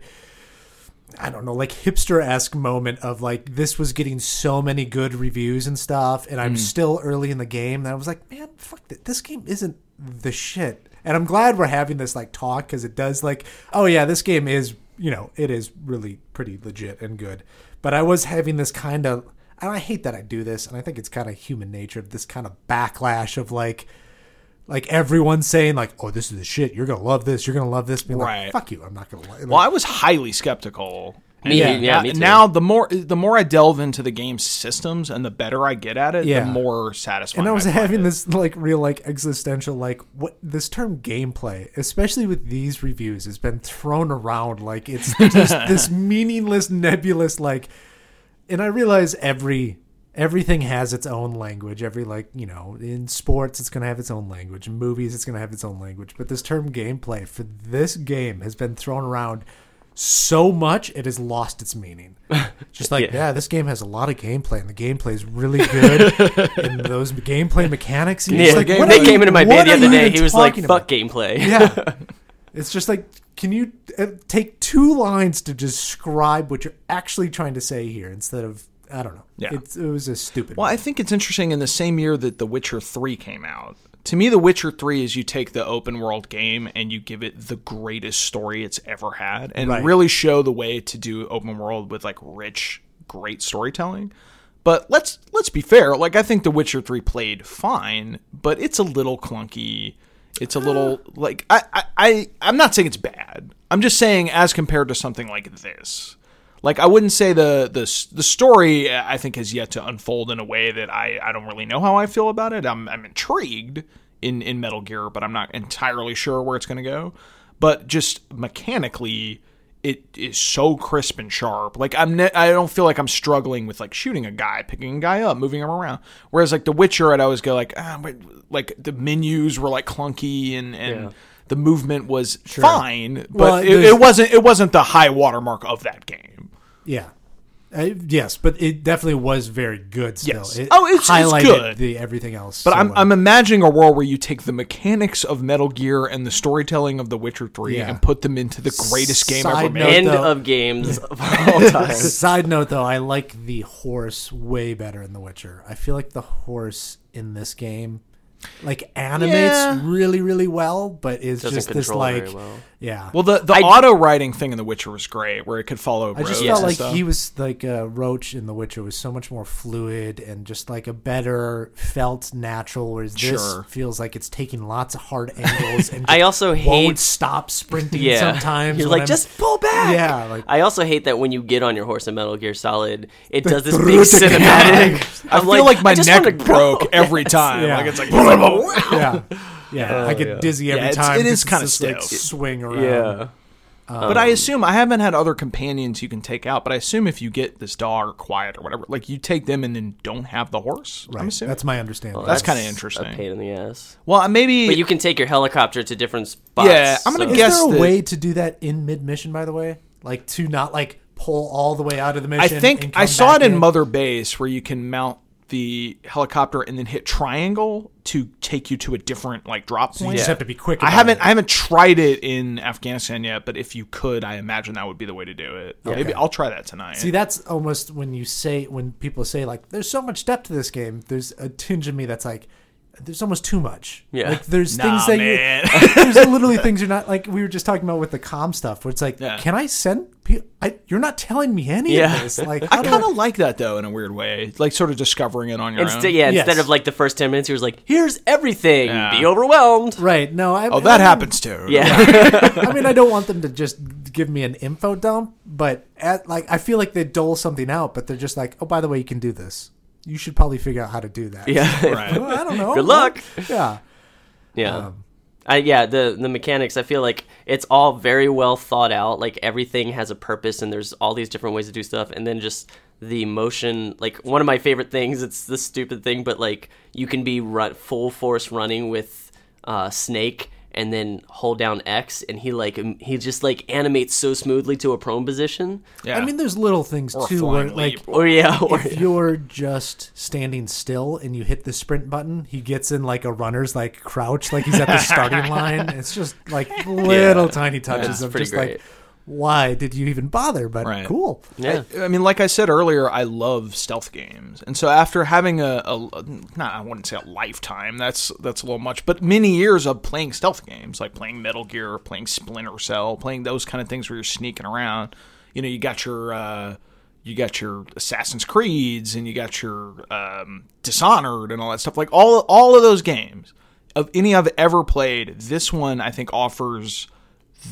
Speaker 1: I don't know, like hipster esque moment of like this was getting so many good reviews and stuff, and I'm still early in the game. And I was like, man, fuck that. This game isn't the shit. And I'm glad we're having this like talk because it does like, oh yeah, this game is you know it is really pretty legit and good. But I was having this kind of and I hate that I do this, and I think it's kind of human nature of this kind of backlash of like, like everyone saying like, "Oh, this is the shit. You're gonna love this. You're gonna love this." Being
Speaker 3: Right.
Speaker 1: like, "Fuck you. I'm not gonna." Li-.
Speaker 3: Well, I was highly skeptical.
Speaker 2: Me-
Speaker 1: Yeah.
Speaker 2: yeah, me too.
Speaker 3: Now the more the more I delve into the game's systems and the better I get at it,
Speaker 1: Yeah.
Speaker 3: the more satisfying.
Speaker 1: and I was
Speaker 3: I find
Speaker 1: having
Speaker 3: it.
Speaker 1: this like real like existential like what this term gameplay, especially with these reviews, has been thrown around like it's just this meaningless, nebulous like. And I realize every everything has its own language. Every like you know in sports, it's gonna have its own language. In movies, it's gonna have its own language. But this term gameplay for this game has been thrown around so much it has lost its meaning. Just like, yeah. this game has a lot of gameplay, and the gameplay is really good. and those gameplay mechanics, you're
Speaker 2: Yeah,
Speaker 1: just like,
Speaker 3: game-
Speaker 1: what
Speaker 2: Nick
Speaker 1: are
Speaker 2: came
Speaker 1: you-
Speaker 2: into my
Speaker 1: what
Speaker 2: bed the
Speaker 1: are
Speaker 2: other
Speaker 1: you
Speaker 2: day.
Speaker 1: even
Speaker 2: He was like,
Speaker 1: talking
Speaker 2: "Fuck
Speaker 1: about?"
Speaker 2: gameplay."
Speaker 1: Yeah, it's just like, can you uh, take two lines to describe what you're actually trying to say here instead of I don't know.
Speaker 3: Yeah.
Speaker 1: it's, it was a stupid.
Speaker 3: Well, I think it's interesting in the same year that The Witcher 3 came out. To me, The Witcher 3 is you take the open world game and you give it the greatest story it's ever had and
Speaker 1: Right.
Speaker 3: really show the way to do open world with like rich, great storytelling. But let's let's be fair. Like I think The Witcher 3 played fine, but it's a little clunky. It's a little
Speaker 1: Uh.
Speaker 3: like I, I, I I'm not saying it's bad. I'm just saying as compared to something like this. Like I wouldn't say the the s- the story uh, I think has yet to unfold in a way that I I don't really know how I feel about it. I'm I'm intrigued in in Metal Gear, but I'm not entirely sure where it's going to go. But just mechanically it is so crisp and sharp. Like I'm ne- I don't feel like I'm struggling with like shooting a guy, picking a guy up, moving him around. Whereas like The Witcher, I'd always go like ah, wait, like the menus were like clunky and and the movement was fine, but
Speaker 1: Well,
Speaker 3: it,
Speaker 1: there's-
Speaker 3: it wasn't it wasn't the high watermark of that game.
Speaker 1: yeah. Uh, yes, but it definitely was very good. Still,
Speaker 3: Yes.
Speaker 1: it
Speaker 3: Oh, it's- it's
Speaker 1: highlighted
Speaker 3: good.
Speaker 1: the everything else.
Speaker 3: But I'm, I'm imagining a world where you take the mechanics of Metal Gear and the storytelling of The Witcher 3
Speaker 1: Yeah.
Speaker 3: and put them into the greatest game
Speaker 1: Side
Speaker 3: ever
Speaker 1: note,
Speaker 3: made.
Speaker 2: End
Speaker 1: though-
Speaker 2: of games of all time.
Speaker 1: Side note, though, I like the horse way better in The Witcher. I feel like the horse in this game, like, animates
Speaker 3: Yeah.
Speaker 1: really, really well, but is
Speaker 2: Doesn't
Speaker 1: just this
Speaker 2: control very
Speaker 1: like,
Speaker 2: well.
Speaker 1: yeah.
Speaker 3: Well, the, the
Speaker 2: I-
Speaker 3: auto writing thing in The Witcher was great, where it could follow
Speaker 1: I
Speaker 3: roads
Speaker 1: just
Speaker 3: and
Speaker 1: felt like
Speaker 3: stuff.
Speaker 1: he was like uh, Roach in The Witcher was so much more fluid and just like a better felt natural, whereas
Speaker 3: Sure.
Speaker 1: this feels like it's taking lots of hard angles and just
Speaker 2: I also
Speaker 1: won't
Speaker 2: hate.
Speaker 1: stop sprinting
Speaker 2: Yeah,
Speaker 1: sometimes.
Speaker 2: you're
Speaker 1: when
Speaker 2: like
Speaker 1: I'm-
Speaker 2: just pull back.
Speaker 1: Yeah, like-
Speaker 2: I also hate that when you get on your horse in Metal Gear Solid, it does this big cinematic.
Speaker 3: I
Speaker 2: I'm
Speaker 3: feel like, my
Speaker 2: I just wanna
Speaker 3: neck
Speaker 2: go.
Speaker 3: broke every time.
Speaker 1: Yeah.
Speaker 3: Like it's like yeah,
Speaker 1: yeah, yeah, I get dizzy every
Speaker 3: Oh, Yeah, it's-
Speaker 1: time.
Speaker 3: it is
Speaker 1: 'cause
Speaker 3: kinda
Speaker 1: it's this, like
Speaker 3: stiff.
Speaker 1: swing around.
Speaker 2: Yeah,
Speaker 1: Um,
Speaker 3: but I assume I haven't had other companions you can take out. But I assume if you get this dog or quiet or whatever, like you take them and then don't have the horse. I'm
Speaker 1: Right.
Speaker 3: assuming
Speaker 1: That's my understanding.
Speaker 3: that's kinda interesting.
Speaker 2: A pain in the ass.
Speaker 3: well, maybe
Speaker 2: But you can take your helicopter to different spots.
Speaker 3: Yeah, I'm gonna
Speaker 2: so-
Speaker 1: Is
Speaker 3: guess
Speaker 1: there a
Speaker 3: that-
Speaker 1: way to do that in mid mission? By the way, like to not like pull all the way out of the
Speaker 3: I
Speaker 1: mission.
Speaker 3: think
Speaker 1: and
Speaker 3: I
Speaker 1: come
Speaker 3: saw it
Speaker 1: back
Speaker 3: in Mother Base where you can mount the helicopter and then hit triangle to take you to a different like drop
Speaker 1: You
Speaker 3: point.
Speaker 1: just have to be quick.
Speaker 3: I
Speaker 1: about
Speaker 3: haven't
Speaker 1: it.
Speaker 3: I haven't tried it in Afghanistan yet, but if you could, I imagine that would be the way to do it. Maybe I'll try that tonight.
Speaker 1: See, that's almost when you say when people say like, "There's so much depth to this game." There's a tinge of me that's like, "There's almost too much."
Speaker 2: Yeah.
Speaker 1: Like there's
Speaker 3: Nah,
Speaker 1: things that
Speaker 3: man.
Speaker 1: you there's literally things you're not like we were just talking about with the com stuff where it's like,
Speaker 3: Yeah.
Speaker 1: "Can I send? Pe- I, you're not telling me any
Speaker 2: Yeah.
Speaker 1: of this." Like,
Speaker 3: I
Speaker 1: how do
Speaker 3: kind of like that though, in a weird way, like sort of discovering it on your
Speaker 2: Instead,
Speaker 3: own.
Speaker 2: yeah, instead
Speaker 1: Yes.
Speaker 2: of like the first ten minutes, he was like, "Here's everything.
Speaker 3: Yeah.
Speaker 2: Be overwhelmed."
Speaker 1: right? No, I,
Speaker 3: Oh, that happens too.
Speaker 2: Yeah,
Speaker 1: I mean, I don't want them to just give me an info dump, but at, like, I feel like they dole something out, but they're just like, "Oh, by the way, you can do this. You should probably figure out how to do that."
Speaker 2: yeah,
Speaker 3: Right.
Speaker 1: Well, I don't know.
Speaker 2: Good luck.
Speaker 1: Yeah.
Speaker 2: yeah. Um, I, yeah, the the mechanics. I feel like it's all very well thought out. Like everything has a purpose, and there's all these different ways to do stuff. And then just the motion. Like one of my favorite things. It's the stupid thing, but like you can be run, full force running with uh, Snake, and then hold down X, and he like m- he just like animates so smoothly to a prone position.
Speaker 3: Yeah.
Speaker 1: I mean, there's little things
Speaker 3: Or a
Speaker 1: too, where
Speaker 3: flying
Speaker 1: like
Speaker 3: leap.
Speaker 2: Or yeah, or
Speaker 1: if you're just standing still and you hit the sprint button, he gets in like a runner's like crouch, like he's at the starting line. It's just like little tiny touches
Speaker 2: Yeah.
Speaker 1: of
Speaker 2: Pretty
Speaker 1: just
Speaker 2: great.
Speaker 1: like, why did you even bother? But
Speaker 3: Right.
Speaker 1: cool.
Speaker 2: yeah.
Speaker 3: I mean, like I said earlier, I love stealth games, and so after having a, a not, I wouldn't say a lifetime. That's that's a little much, but many years of playing stealth games, like playing Metal Gear, playing Splinter Cell, playing those kind of things where you're sneaking around. You know, you got your uh, you got your Assassin's Creeds, and you got your um, Dishonored, and all that stuff. Like all all of those games of any I've ever played, this one I think offers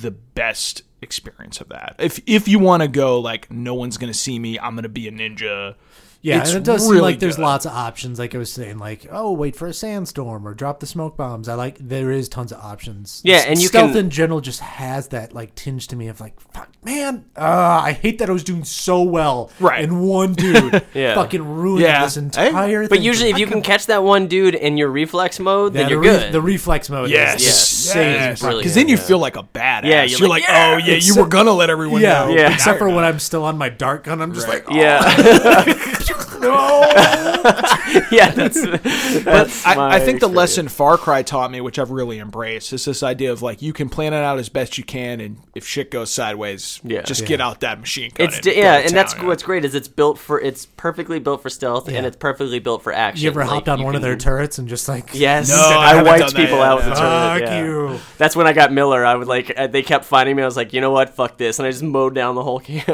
Speaker 3: the best experience of that. If if you want to go like no one's gonna see me, I'm gonna be a ninja.
Speaker 1: Yeah,
Speaker 3: It's
Speaker 1: and it does seem
Speaker 3: really
Speaker 1: like there's
Speaker 3: good.
Speaker 1: lots of options. Like I was saying, like oh, wait for a sandstorm or drop the smoke bombs. I like there is tons of options.
Speaker 2: Yeah,
Speaker 1: S-
Speaker 2: and you
Speaker 1: stealth
Speaker 2: can-
Speaker 1: in general just has that like tinge to me of like fuck, man, uh, I hate that I was doing so well,
Speaker 3: Right.
Speaker 1: And one dude
Speaker 2: Yeah.
Speaker 1: fucking ruined
Speaker 3: Yeah.
Speaker 1: this
Speaker 3: Hey,
Speaker 1: entire. thing.
Speaker 2: But usually, if you can catch that one dude in your reflex mode,
Speaker 1: yeah,
Speaker 2: then you're
Speaker 1: the, re-
Speaker 2: good.
Speaker 1: the reflex mode.
Speaker 3: Yes,
Speaker 1: is
Speaker 3: yes,
Speaker 1: insane.
Speaker 2: yes. Really
Speaker 3: Because then
Speaker 2: good,
Speaker 3: you
Speaker 2: yeah.
Speaker 3: feel like a badass.
Speaker 2: Yeah,
Speaker 3: you're,
Speaker 2: you're
Speaker 3: like,
Speaker 2: like,
Speaker 3: oh yeah, you
Speaker 1: Except-
Speaker 3: were gonna let everyone
Speaker 1: Yeah,
Speaker 3: know.
Speaker 2: Yeah.
Speaker 3: but now
Speaker 1: except for
Speaker 3: you're
Speaker 1: when
Speaker 3: not.
Speaker 1: I'm still on my dart gun, I'm just like,
Speaker 2: yeah,
Speaker 1: oh, no.
Speaker 2: yeah. That's, that's
Speaker 3: I, I think the
Speaker 2: my
Speaker 3: lesson Far Cry taught me, which I've really embraced, is this idea of like you can plan it out as best you can, and if shit goes sideways,
Speaker 2: Yeah.
Speaker 3: just
Speaker 2: Yeah.
Speaker 3: get out that machine gun.
Speaker 2: It's
Speaker 3: and
Speaker 2: d-
Speaker 3: go
Speaker 2: yeah,
Speaker 3: to
Speaker 2: and that's
Speaker 3: town.
Speaker 2: what's great is it's built for it's perfectly built for stealth and
Speaker 1: Yeah.
Speaker 2: it's perfectly built for action.
Speaker 1: you ever
Speaker 2: Like,
Speaker 1: hopped on
Speaker 2: you
Speaker 1: one of
Speaker 2: can-
Speaker 1: their turrets and just like,
Speaker 2: Yes,
Speaker 3: No, I
Speaker 2: I,
Speaker 3: haven't done
Speaker 2: wiped
Speaker 3: that
Speaker 2: people
Speaker 3: yet.
Speaker 2: out with the
Speaker 3: Fuck
Speaker 2: tournament. yeah.
Speaker 1: you.
Speaker 2: That's when I got Miller. I would like uh, they kept finding me. I was like, you know what, fuck this, and I just mowed down the whole camp.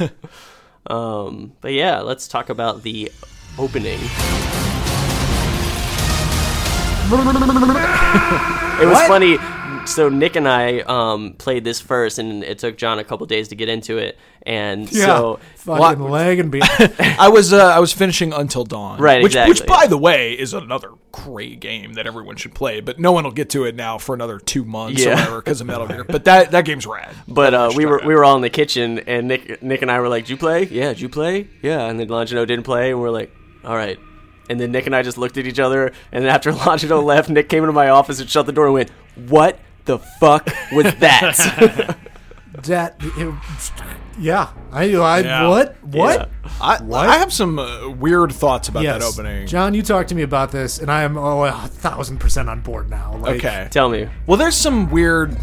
Speaker 1: Yeah.
Speaker 2: Um, but yeah, let's talk about the opening. it was funny. So Nick and I um, played this first, and it took John a couple days to get into it. And so,
Speaker 1: fucking
Speaker 2: wa-
Speaker 1: leg and be.
Speaker 3: I was uh, I was finishing Until Dawn,
Speaker 2: Right,
Speaker 3: Which, which,
Speaker 2: exactly.
Speaker 3: by the way, is another great game that everyone should play, but no one will get to it now for another two months or
Speaker 2: Yeah.
Speaker 3: whatever because of Metal Gear. But that that game's rad.
Speaker 2: But uh, we were
Speaker 3: out.
Speaker 2: we were all in the kitchen, and Nick Nick and I were like, "Did you play? Yeah, did you play? Yeah." And then Longino didn't play, and we're like, "All right." And then Nick and I just looked at each other, and then after Longino left, Nick came into my office and shut the door and went, "What the fuck was that?"
Speaker 1: That it, yeah, I I
Speaker 3: Yeah.
Speaker 1: what what?
Speaker 3: I
Speaker 1: What?
Speaker 3: I have some uh, weird thoughts about
Speaker 1: Yes,
Speaker 3: that opening.
Speaker 1: John, you talked to me about this, and I am oh a thousand percent on board now. Like,
Speaker 3: okay,
Speaker 2: Tell me.
Speaker 3: Well, there's some weird,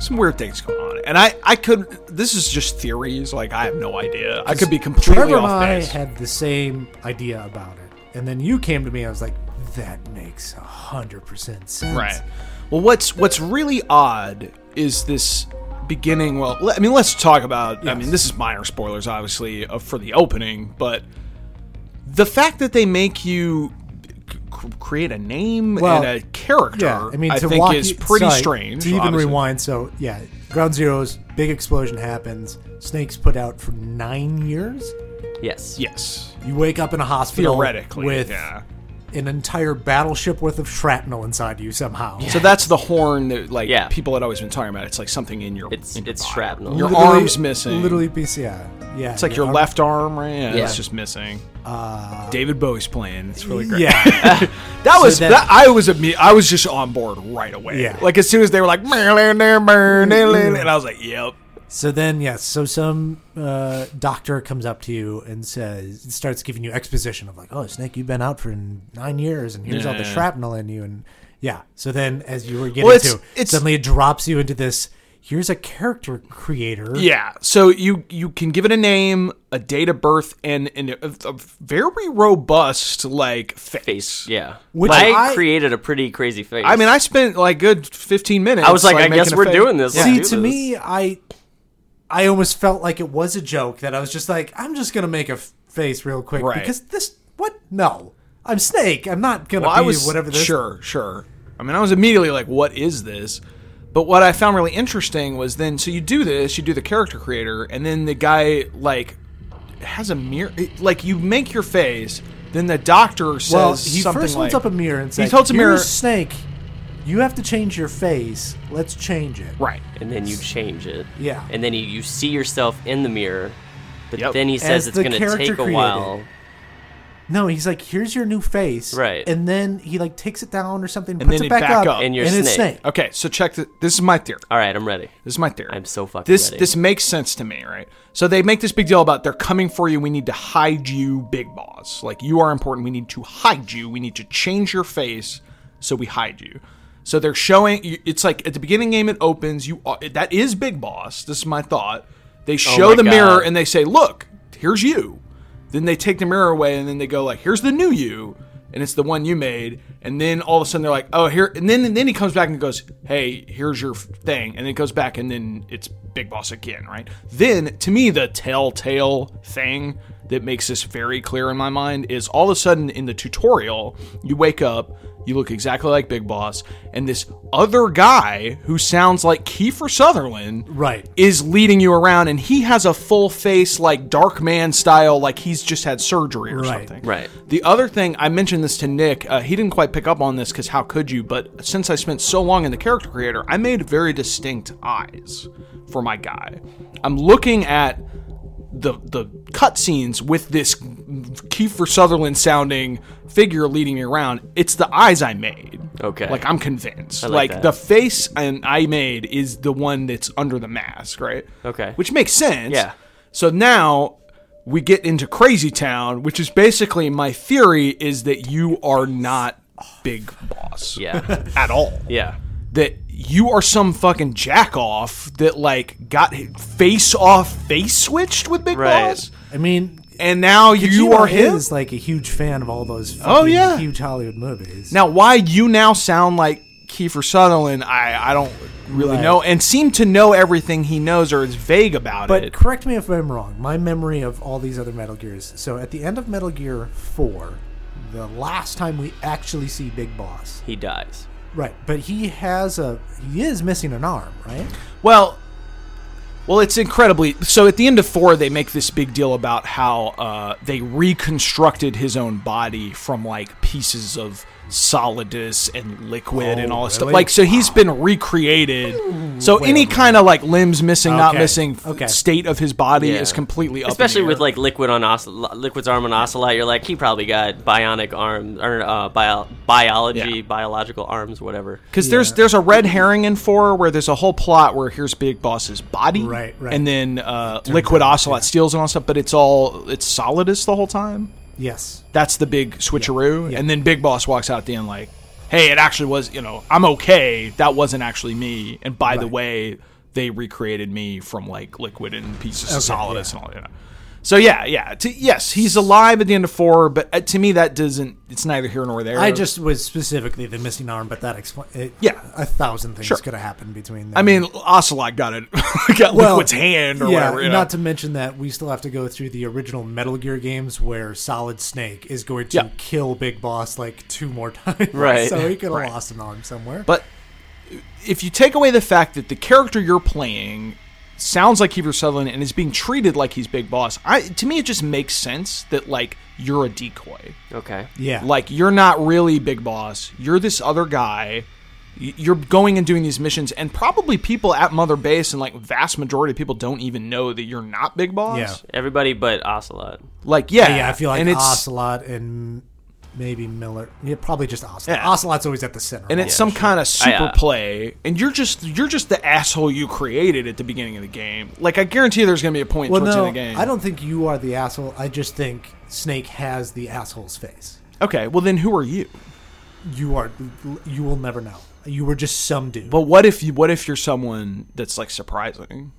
Speaker 3: some weird things going on, and I, I could. This is just theories. Like I have no idea. I could be completely
Speaker 1: Trevor and
Speaker 3: off
Speaker 1: I
Speaker 3: base.
Speaker 1: had the same idea about it, and then you came to me. I was like, that makes a hundred percent sense.
Speaker 3: Right. Well, what's what's really odd is this beginning. Well, le- I mean, let's talk about. I mean, this is minor spoilers, obviously, uh, for the opening, but the fact that they make you c- c- create a name
Speaker 1: Well,
Speaker 3: and a character,
Speaker 1: Yeah, I mean, to
Speaker 3: think
Speaker 1: walk
Speaker 3: is
Speaker 1: you-
Speaker 3: pretty
Speaker 1: sorry,
Speaker 3: strange.
Speaker 1: To even
Speaker 3: obviously.
Speaker 1: rewind, so yeah, Ground Zeroes, big explosion happens. Snake's put out for nine years.
Speaker 2: Yes.
Speaker 3: yes,
Speaker 1: You wake up in a hospital
Speaker 3: theoretically,
Speaker 1: with
Speaker 3: yeah.
Speaker 1: an entire battleship worth of shrapnel inside you somehow.
Speaker 3: So that's the horn that like
Speaker 2: Yeah.
Speaker 3: people had always been talking about. It's like something in your
Speaker 2: It's
Speaker 3: in your
Speaker 2: it's
Speaker 3: body.
Speaker 2: shrapnel.
Speaker 3: Your
Speaker 1: Literally-
Speaker 3: arm's missing.
Speaker 1: Literally piece, yeah. Yeah.
Speaker 3: It's like your left arm, right? Yeah,
Speaker 2: Yeah.
Speaker 3: it's just missing.
Speaker 1: Uh,
Speaker 3: David Bowie's playing. It's really great.
Speaker 1: Yeah.
Speaker 3: That was
Speaker 1: that-
Speaker 3: that, I was imme- I was just on board right away.
Speaker 1: Yeah.
Speaker 3: Like as soon as they were like, and I was like, yep.
Speaker 1: So then, yes. So some uh, doctor comes up to you and says, starts giving you exposition of like, "Oh, Snake, you've been out for nine years, and here's all the
Speaker 3: Yeah.
Speaker 1: shrapnel in you." And yeah. So then, as you were getting
Speaker 3: Well, it's-
Speaker 1: to,
Speaker 3: it's-
Speaker 1: suddenly it drops you into this. Here's a character creator.
Speaker 3: Yeah. So you you can give it a name, a date of birth, and, and a, a very robust like face.
Speaker 2: Face, yeah.
Speaker 1: Which
Speaker 2: I,
Speaker 1: I-
Speaker 2: created a pretty crazy face.
Speaker 3: I mean, I spent like good fifteen minutes.
Speaker 2: I was like, I
Speaker 3: making
Speaker 2: guess
Speaker 3: a
Speaker 2: we're
Speaker 3: face.
Speaker 2: doing this. Let's
Speaker 1: See,
Speaker 2: do
Speaker 1: to
Speaker 2: this.
Speaker 1: me, I, I almost felt like it was a joke that I was just like, I'm just gonna make a f- face real quick
Speaker 3: Right.
Speaker 1: because this what? No, I'm Snake. I'm not gonna
Speaker 3: Well,
Speaker 1: be
Speaker 3: I was
Speaker 1: whatever this.
Speaker 3: Sure, sure. I mean, I was immediately like, "What is this?" But what I found really interesting was then, so you do this, you do the character creator, and then the guy like has a mirror, it- like you make your face, then the doctor says
Speaker 1: Well, he
Speaker 3: something
Speaker 1: first
Speaker 3: like,
Speaker 1: holds up a mirror and says,
Speaker 3: holds a
Speaker 1: "Here's
Speaker 3: mirror-
Speaker 1: Snake, you have to change your face. Let's change it."
Speaker 3: right,
Speaker 2: and then you change it.
Speaker 1: Yeah.
Speaker 2: And then you, you see yourself in the mirror, but
Speaker 3: Yep.
Speaker 2: then he
Speaker 1: As
Speaker 2: says it's
Speaker 1: the
Speaker 2: going to
Speaker 1: character
Speaker 2: take a
Speaker 1: created.
Speaker 2: while.
Speaker 1: No, he's like, "Here's your new face."
Speaker 2: Right.
Speaker 1: And then he like takes it down or something,
Speaker 3: and
Speaker 1: puts
Speaker 3: then
Speaker 1: it
Speaker 3: you
Speaker 1: back, up,
Speaker 2: And you're
Speaker 1: it's
Speaker 2: Snake.
Speaker 1: Snake.
Speaker 3: Okay, so check this. This is my theory.
Speaker 2: All right, I'm ready.
Speaker 3: This is my theory.
Speaker 2: I'm so fucking
Speaker 3: This
Speaker 2: ready.
Speaker 3: this makes sense to me, right? So they make this big deal about they're coming for you. We need to hide you, big boss. Like you are important. We need to hide you. We need to change your face so we hide you. So they're showing. you- It's like at the beginning game, it opens. You are, that is big boss. This is my thought. They show
Speaker 2: Oh my
Speaker 3: the
Speaker 2: God.
Speaker 3: mirror and they say, "Look, here's you." Then they take the mirror away and then they go like, "Here's the new you." And it's the one you made, and then all of a sudden they're like, "Oh, here!" And then and then he comes back and goes, "Hey, here's your f- thing." And it goes back, and then it's Big Boss again, right? Then to me, the telltale thing that makes this very clear in my mind is all of a sudden in the tutorial, you wake up, you look exactly like Big Boss, and this other guy who sounds like Kiefer Sutherland,
Speaker 1: Right.
Speaker 3: is leading you around and he has a full face like dark man style like he's just had surgery or
Speaker 1: Right.
Speaker 3: something
Speaker 2: Right.
Speaker 3: the other thing i mentioned this to nick uh, he didn't quite pick up on this because how could you but since i spent so long in the character creator i made very distinct eyes for my guy i'm looking at the the cutscenes with this Kiefer Sutherland sounding figure leading me around, it's the eyes I made.
Speaker 2: Okay.
Speaker 3: Like I'm convinced.
Speaker 2: like
Speaker 3: like
Speaker 2: that.
Speaker 3: the face and I made is the one that's under the mask, right?
Speaker 2: Okay.
Speaker 3: Which makes sense.
Speaker 2: Yeah.
Speaker 3: So now we get into Crazy Town, which is basically my theory is that you are not Big Boss
Speaker 2: Yeah.
Speaker 3: at all
Speaker 2: yeah.
Speaker 3: that you are some fucking jack off that like got face off face switched with Big
Speaker 2: Right.
Speaker 3: Boss,
Speaker 1: I mean,
Speaker 3: and now you,
Speaker 1: Kojima
Speaker 3: are his.
Speaker 1: is like a huge fan of all those. Fucking
Speaker 3: Oh, yeah.
Speaker 1: huge Hollywood movies.
Speaker 3: Now, why you now sound like Kiefer Sutherland? I I don't really
Speaker 1: Right.
Speaker 3: know, and seem to know everything he knows or is vague about
Speaker 1: But
Speaker 3: it.
Speaker 1: correct me if I'm wrong. My memory of all these other Metal Gears. So at the end of Metal Gear 4, the last time we actually see Big Boss.
Speaker 2: He dies.
Speaker 1: Right. But he has a. He is missing an arm, right?
Speaker 3: Well, well, it's incredibly so. At the end of four, they make this big deal about how uh, they reconstructed his own body from like pieces of solidus and liquid and
Speaker 1: Oh,
Speaker 3: all this stuff.
Speaker 1: really?
Speaker 3: Like, so he's been recreated. So any kind of like limbs missing, not
Speaker 1: Okay,
Speaker 3: missing, f-
Speaker 1: okay.
Speaker 3: state of his body
Speaker 2: Yeah.
Speaker 3: is completely up in
Speaker 2: Especially
Speaker 3: the
Speaker 2: with
Speaker 3: air.
Speaker 2: like liquid on Os- liquid's arm on Ocelot, you're like he probably got bionic arms or uh, bio- biology,
Speaker 3: Yeah.
Speaker 2: biological arms, whatever.
Speaker 3: Because there's there's a red herring in four where there's a whole plot where here's Big Boss's body,
Speaker 1: Right, right.
Speaker 3: and then uh, Liquid Ocelot steals and all stuff, but it's all it's Solidus the whole time.
Speaker 1: Yes.
Speaker 3: That's the big switcheroo, and then Big Boss walks out at the end like, "Hey, it actually was you know I'm okay. That wasn't actually me. And by the
Speaker 1: Right.
Speaker 3: way, they recreated me from like Liquid and pieces of Solidus and all you know." So yeah, yeah. To, yes, he's alive at the end of four, but uh, to me that doesn't. It's neither here nor there.
Speaker 1: I just was specifically the missing arm, but that explains.
Speaker 3: Uh, Yeah.
Speaker 1: A thousand things
Speaker 3: Sure.
Speaker 1: could have happened between them.
Speaker 3: I mean, Ocelot got it, got Liquid's hand or
Speaker 1: yeah,
Speaker 3: whatever. You know?
Speaker 1: Not to mention that we still have to go through the original Metal Gear games where Solid Snake is going to
Speaker 3: Yeah.
Speaker 1: kill Big Boss like two more times.
Speaker 2: Right.
Speaker 1: So he could have
Speaker 3: Right.
Speaker 1: lost an arm somewhere.
Speaker 3: But if you take away the fact that the character you're playing sounds like Kiefer Sutherland and is being treated like he's Big Boss, I to me it just makes sense that like you're a decoy.
Speaker 2: Okay.
Speaker 1: yeah.
Speaker 3: Like you're not really Big Boss. You're this other guy. Y- You're going and doing these missions, and probably people at Mother Base and like vast majority of people don't even know that you're not Big Boss.
Speaker 1: Yeah.
Speaker 2: Everybody but Ocelot.
Speaker 3: Like yeah,
Speaker 1: yeah, I feel like
Speaker 3: and it's
Speaker 1: Ocelot and maybe Miller. Yeah, probably just Ocelot.
Speaker 3: Yeah.
Speaker 1: Ocelot's always at the center.
Speaker 3: and it's some kind of super
Speaker 2: I, uh,
Speaker 3: play, and you're just you're just the asshole you created at the beginning of the game. Like I guarantee there's gonna be a point
Speaker 1: well,
Speaker 3: towards
Speaker 1: no,
Speaker 3: the end of the game.
Speaker 1: I don't think you are the asshole. I just think Snake has the asshole's face.
Speaker 3: Okay, well then who are you?
Speaker 1: You are. You will never know. You were just some dude.
Speaker 3: But what if you what if you're someone that's like surprising?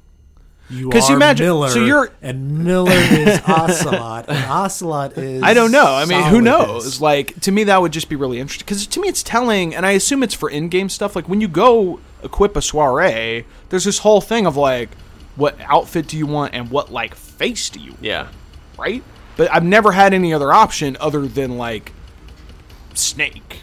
Speaker 1: you
Speaker 3: 'cause
Speaker 1: are
Speaker 3: you imagine-
Speaker 1: Miller.
Speaker 3: so you're-
Speaker 1: and Miller is Ocelot. And Ocelot is.
Speaker 3: I don't know. I mean, who
Speaker 1: Solidus.
Speaker 3: knows? Like to me, that would just be really interesting because to me, it's telling, and I assume it's for in-game stuff. Like when you go equip a soiree, there's this whole thing of like, what outfit do you want and what like face do you want,
Speaker 2: Yeah.
Speaker 3: right? But I've never had any other option other than like snake.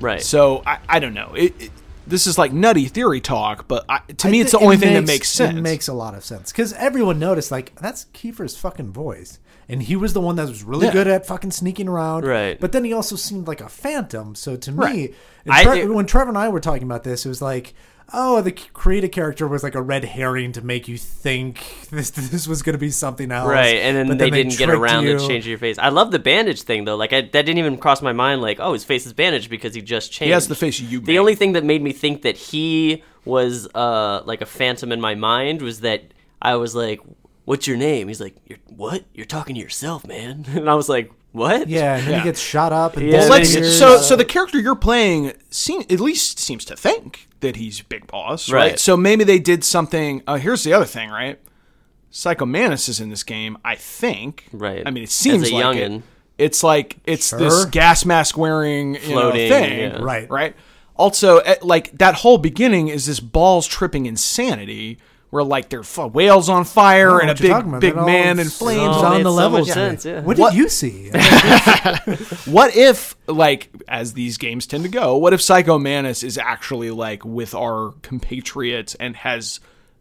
Speaker 2: Right.
Speaker 3: So I, I don't know. It, it, this is like nutty theory talk, but I, to
Speaker 1: I
Speaker 3: me, it's the
Speaker 1: thi-
Speaker 3: only
Speaker 1: it
Speaker 3: thing that makes sense.
Speaker 1: It makes a lot of sense because everyone noticed, like, that's Kiefer's fucking voice, and he was the one that was really
Speaker 3: Yeah.
Speaker 1: good at fucking sneaking around.
Speaker 2: Right.
Speaker 1: But then he also seemed like a phantom. So to
Speaker 3: Right.
Speaker 1: me, and
Speaker 2: I-
Speaker 1: Tre-
Speaker 2: it-
Speaker 1: when Trevor and I were talking about this, it was like. Oh, the creative character was like a red herring to make you think this this was going to be something else,
Speaker 2: Right, and then,
Speaker 1: But
Speaker 2: they, didn't get
Speaker 1: tricked
Speaker 2: around to
Speaker 1: you.
Speaker 2: changing your face. I love the bandage thing though. Like I, that didn't even cross my mind. Like, oh, his face is bandaged because he just changed.
Speaker 3: he has the face you.
Speaker 2: The
Speaker 3: made.
Speaker 2: only thing that made me think that he was uh, like a phantom in my mind was that I was like, "What's your name?" He's like, You're, "What? You're talking to yourself, man." And I was like, "What?"
Speaker 1: Yeah, and then
Speaker 3: Yeah.
Speaker 1: he gets shot up. And
Speaker 2: Yeah,
Speaker 1: disappears.
Speaker 3: Well,
Speaker 2: then
Speaker 3: let's,
Speaker 2: you're-
Speaker 3: so so the character you're playing seem, at least seems to think that he's Big Boss, right?
Speaker 2: Right.
Speaker 3: So maybe they did something. Uh, here's the other thing, right? Psychomanus is in this game, I think.
Speaker 2: Right.
Speaker 3: I mean, it
Speaker 2: As
Speaker 3: seems
Speaker 2: a
Speaker 3: like it.
Speaker 2: young'un.
Speaker 3: It's like it's this
Speaker 1: Sure.
Speaker 3: gas mask wearing you know,
Speaker 2: Floating,
Speaker 3: thing,
Speaker 2: yeah.
Speaker 1: Right.
Speaker 3: Right. Also, at, like that whole beginning is this balls tripping insanity. Where like there are f- whales on fire and a
Speaker 1: what you're talking about.
Speaker 3: big big
Speaker 1: That all
Speaker 3: man in
Speaker 1: s-
Speaker 3: flames.
Speaker 1: is
Speaker 2: Oh,
Speaker 1: on
Speaker 2: made
Speaker 1: the
Speaker 2: so
Speaker 1: level.
Speaker 2: much sense, yeah.
Speaker 1: What
Speaker 3: What-
Speaker 1: did you see?
Speaker 3: What if, like, as these games tend to go, what if Psycho Manus is actually like with our compatriots and has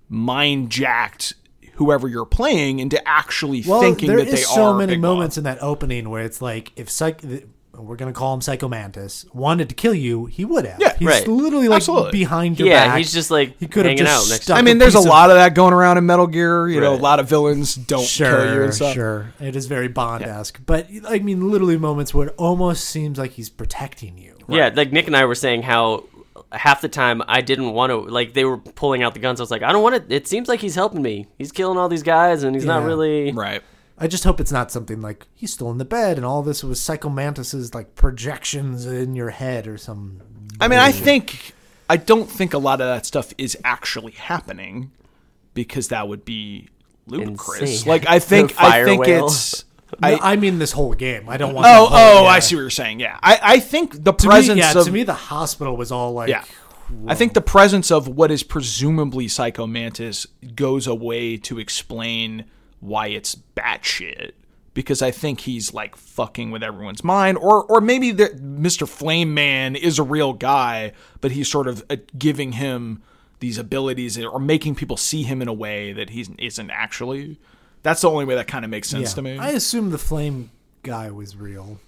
Speaker 3: mind jacked whoever you're playing into actually thinking
Speaker 1: there
Speaker 3: that
Speaker 1: is
Speaker 3: they
Speaker 1: so
Speaker 3: are
Speaker 1: many
Speaker 3: Big
Speaker 1: moments in that opening where it's like if psych th- we're gonna call him Psycho Mantis wanted to kill you, he would have.
Speaker 3: Yeah,
Speaker 1: he's
Speaker 2: right.
Speaker 1: literally like
Speaker 3: Absolutely.
Speaker 1: behind your
Speaker 2: Yeah,
Speaker 1: back.
Speaker 2: he's just, like,
Speaker 1: he could have
Speaker 2: hanging
Speaker 1: just
Speaker 2: out next to-
Speaker 1: stuck
Speaker 3: Boss. I mean,
Speaker 1: a
Speaker 3: there's a
Speaker 1: piece of-
Speaker 3: lot of that going around in Metal Gear. You know, a
Speaker 2: Right.
Speaker 3: lot of villains don't kill you
Speaker 1: Sure,
Speaker 3: and stuff.
Speaker 1: sure. It is very Bond esque, but I mean, literally moments where it almost seems like he's protecting you.
Speaker 2: Yeah, like Nick and I were saying how half the time I didn't want to like they were pulling out the guns. I was like, I don't want to. It seems like he's helping me. He's killing all these guys, and he's not
Speaker 1: Yeah.
Speaker 2: really.
Speaker 3: Right.
Speaker 1: I just hope it's not something like he's still in the bed and all this was Psycho Mantis's like projections in your head or some.
Speaker 3: I mean, I think I don't think a lot of that stuff is actually happening because that would be ludicrous.
Speaker 2: Insane.
Speaker 3: Like, I think I
Speaker 2: fire
Speaker 3: think
Speaker 2: whale.
Speaker 3: it's.
Speaker 1: I,
Speaker 3: I,
Speaker 1: I mean, this whole game. I don't want. the
Speaker 3: Oh,
Speaker 1: whole-
Speaker 3: oh, I
Speaker 1: yeah.
Speaker 3: see what you're saying. Yeah, I, I think the
Speaker 1: To me-
Speaker 3: presence
Speaker 1: yeah,
Speaker 3: of
Speaker 1: to me, the hospital was all like.
Speaker 3: yeah, I think the presence of what is presumably Psycho Mantis goes away to explain why it's batshit because I think he's like fucking with everyone's mind, or or maybe that Mr. Flame Man is a real guy, but he's sort of uh, giving him these abilities or making people see him in a way that he isn't actually. That's the only way that kind of makes sense
Speaker 1: Yeah.
Speaker 3: to me.
Speaker 1: I assume the flame guy was real.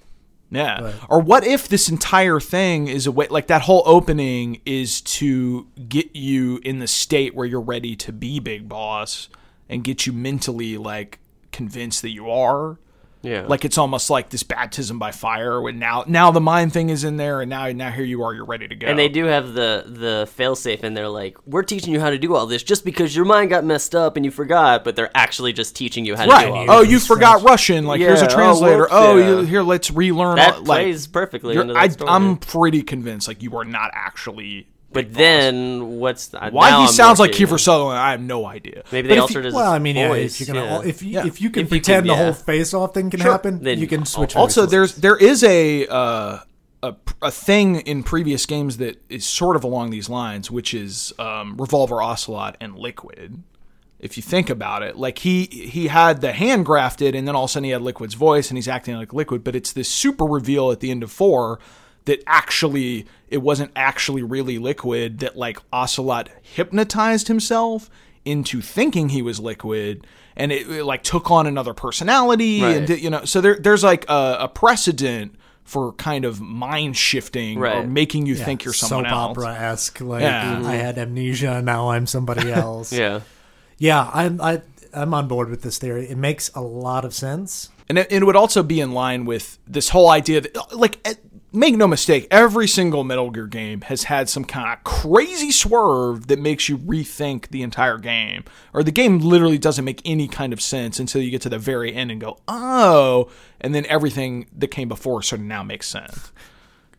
Speaker 3: Yeah. Or what if this entire thing is a way, like that whole opening is to get you in the state where you're ready to be big boss and get you mentally like convinced that you are.
Speaker 2: Yeah,
Speaker 3: Like it's almost like this baptism by fire. When now, now the mind thing is in there, and now, now here you are, you're ready to go.
Speaker 2: And they do have the the failsafe, and they're like, "We're teaching you how to do all this just because your mind got messed up and you forgot." But they're actually just teaching you how to do all
Speaker 3: right?
Speaker 2: this.
Speaker 3: Oh, you forgot Russian. Like here's a
Speaker 2: Yeah, oh,
Speaker 3: translator.
Speaker 2: whoops,
Speaker 3: Oh,
Speaker 2: yeah.
Speaker 3: you, here let's relearn.
Speaker 2: That
Speaker 3: all, like,
Speaker 2: plays perfectly
Speaker 3: you're-
Speaker 2: into
Speaker 3: I,
Speaker 2: that story.
Speaker 3: I'm pretty convinced. Like you are not actually.
Speaker 2: but then what's uh,
Speaker 3: Why
Speaker 2: now
Speaker 3: he
Speaker 2: I'm
Speaker 3: sounds
Speaker 2: more
Speaker 3: like
Speaker 2: curious.
Speaker 3: Kiefer Sutherland, I have no idea.
Speaker 2: Maybe
Speaker 3: But
Speaker 2: they
Speaker 3: if
Speaker 2: altered
Speaker 3: you-
Speaker 2: his.
Speaker 1: Well, I mean, yeah,
Speaker 2: voice,
Speaker 1: if you're gonna,
Speaker 2: yeah.
Speaker 1: if you
Speaker 3: Yeah.
Speaker 1: if you can
Speaker 2: If you
Speaker 1: pretend
Speaker 2: can,
Speaker 1: the
Speaker 2: yeah.
Speaker 1: whole face off thing can happen,
Speaker 2: Then
Speaker 1: you can switch.
Speaker 3: also
Speaker 1: voices.
Speaker 3: there's there is a uh, a a thing in previous games that is sort of along these lines, which is um, Revolver Ocelot and Liquid. If you think about it, like he he had the hand grafted, and then all of a sudden he had Liquid's voice, and he's acting like Liquid. But it's this super reveal at the end of four that actually it wasn't actually really Liquid. That like Ocelot hypnotized himself into thinking he was Liquid, and it, it, like took on another personality, and
Speaker 2: Right.
Speaker 3: did- you know. So there there's like a, a precedent for kind of mind shifting or
Speaker 2: Right.
Speaker 3: making you
Speaker 1: Yeah,
Speaker 3: think you're someone
Speaker 1: soap
Speaker 3: else.
Speaker 1: opera esque. Like
Speaker 3: Yeah.
Speaker 1: I had amnesia, now I'm somebody else.
Speaker 2: Mm-hmm. Yeah.
Speaker 1: yeah, I'm I I'm on board with this theory. It makes a lot of sense.
Speaker 3: and it, it would also be in line with this whole idea that, like, eh, make no mistake, every single Metal Gear game has had some kind of crazy swerve that makes you rethink the entire game, or the game literally doesn't make any kind of sense until you get to the very end and go, oh, and then everything that came before sort of now makes sense.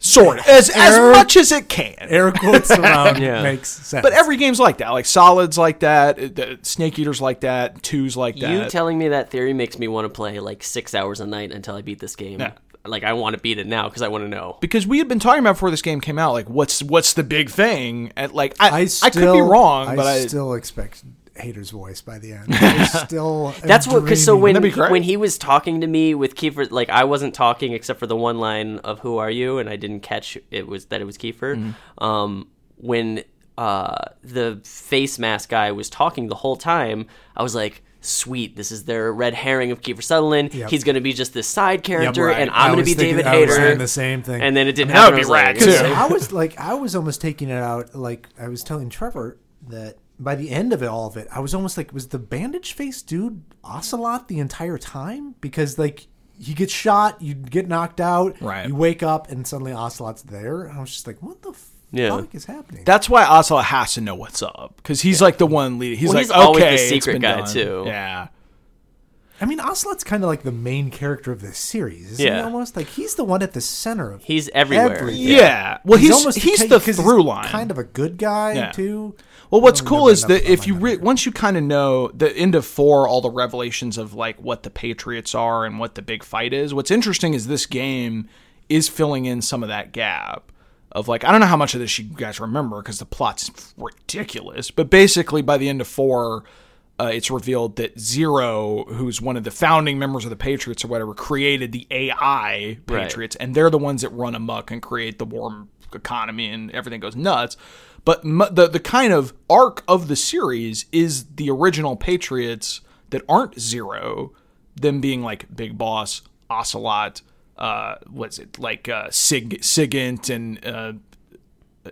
Speaker 3: Sort of, as as
Speaker 1: Error-
Speaker 3: much as it can.
Speaker 1: Air quotes around
Speaker 2: Yeah.
Speaker 1: makes sense.
Speaker 3: But every game's like that. Like Solid's like that. uh, the Snake Eater's like that. Two's like that.
Speaker 2: You telling me that theory makes me want to play like six hours a night until I beat this game.
Speaker 3: Yeah.
Speaker 2: Like I want to beat it now because I want to know.
Speaker 3: because we had been talking about before this game came out, like what's what's the big thing? And like I, I,
Speaker 1: I, still,
Speaker 3: could be wrong,
Speaker 1: I
Speaker 3: but I
Speaker 1: still expect Hater's voice by the end. I still. am
Speaker 2: That's what. Cause so
Speaker 1: dreaming.
Speaker 2: when
Speaker 3: That'd be great.
Speaker 2: when he was talking to me with Kiefer, like I wasn't talking except for the one line of "Who are you?" and I didn't catch it was that it was Kiefer.
Speaker 3: Mm-hmm.
Speaker 2: Um, when uh, the face mask guy was talking the whole time, I was like. Sweet, this is their red herring of Kiefer Sutherland.
Speaker 1: Yep.
Speaker 2: He's going to be just this side character,
Speaker 1: right.
Speaker 2: and
Speaker 1: I
Speaker 2: I'm going to
Speaker 1: was
Speaker 2: be
Speaker 1: thinking-
Speaker 2: David
Speaker 1: I was
Speaker 2: Hayter.
Speaker 1: thinking the same thing.
Speaker 2: And then it didn't
Speaker 3: that
Speaker 2: happen.
Speaker 3: would be
Speaker 2: I was like,
Speaker 3: rad, too.
Speaker 1: I was like, I was almost taking it out. Like I was telling Trevor that by the end of it, all of it, I was almost like, was the bandage faced dude Ocelot the entire time? Because like he gets shot, you get knocked out,
Speaker 3: Right.
Speaker 1: You wake up, and suddenly Ocelot's there. And I was just like, what the
Speaker 2: Yeah.
Speaker 1: fuck is happening?
Speaker 3: that's why Ocelot has to know what's up because he's like the one lead. He's
Speaker 2: Well,
Speaker 3: like
Speaker 2: he's always
Speaker 3: okay,
Speaker 2: the
Speaker 3: it's
Speaker 2: secret
Speaker 3: been
Speaker 2: guy,
Speaker 3: done.
Speaker 2: too.
Speaker 3: Yeah,
Speaker 1: I mean, Ocelot's kind of like the main character of this series, isn't he?
Speaker 2: Yeah.
Speaker 1: Almost like he's the one at the center of
Speaker 2: He's everywhere.
Speaker 1: Everything.
Speaker 3: yeah. Well, he's he's,
Speaker 1: ca-
Speaker 3: the
Speaker 1: 'cause he's
Speaker 3: through line.
Speaker 1: kind of a good guy
Speaker 3: Yeah.
Speaker 1: too.
Speaker 3: Well, what's
Speaker 1: I don't
Speaker 3: cool
Speaker 1: remember
Speaker 3: is
Speaker 1: enough
Speaker 3: that
Speaker 1: about
Speaker 3: if
Speaker 1: my
Speaker 3: you re- once you kind of know the end of four, all the revelations of like what the Patriots are and what the big fight is. What's interesting is this game is filling in some of that gap of like I don't know how much of this you guys remember because the plot's ridiculous, but basically by the end of four. Uh, it's revealed that Zero, who's one of the founding members of the Patriots or whatever, created the AI Patriots
Speaker 2: Right.
Speaker 3: Patriots, and they're the ones that run amok and create the war economy, and everything goes nuts. But mu- the the kind of arc of the series is the original Patriots that aren't zero, them being like Big Boss, Ocelot, uh, what's it like uh, Sig Sigint and uh,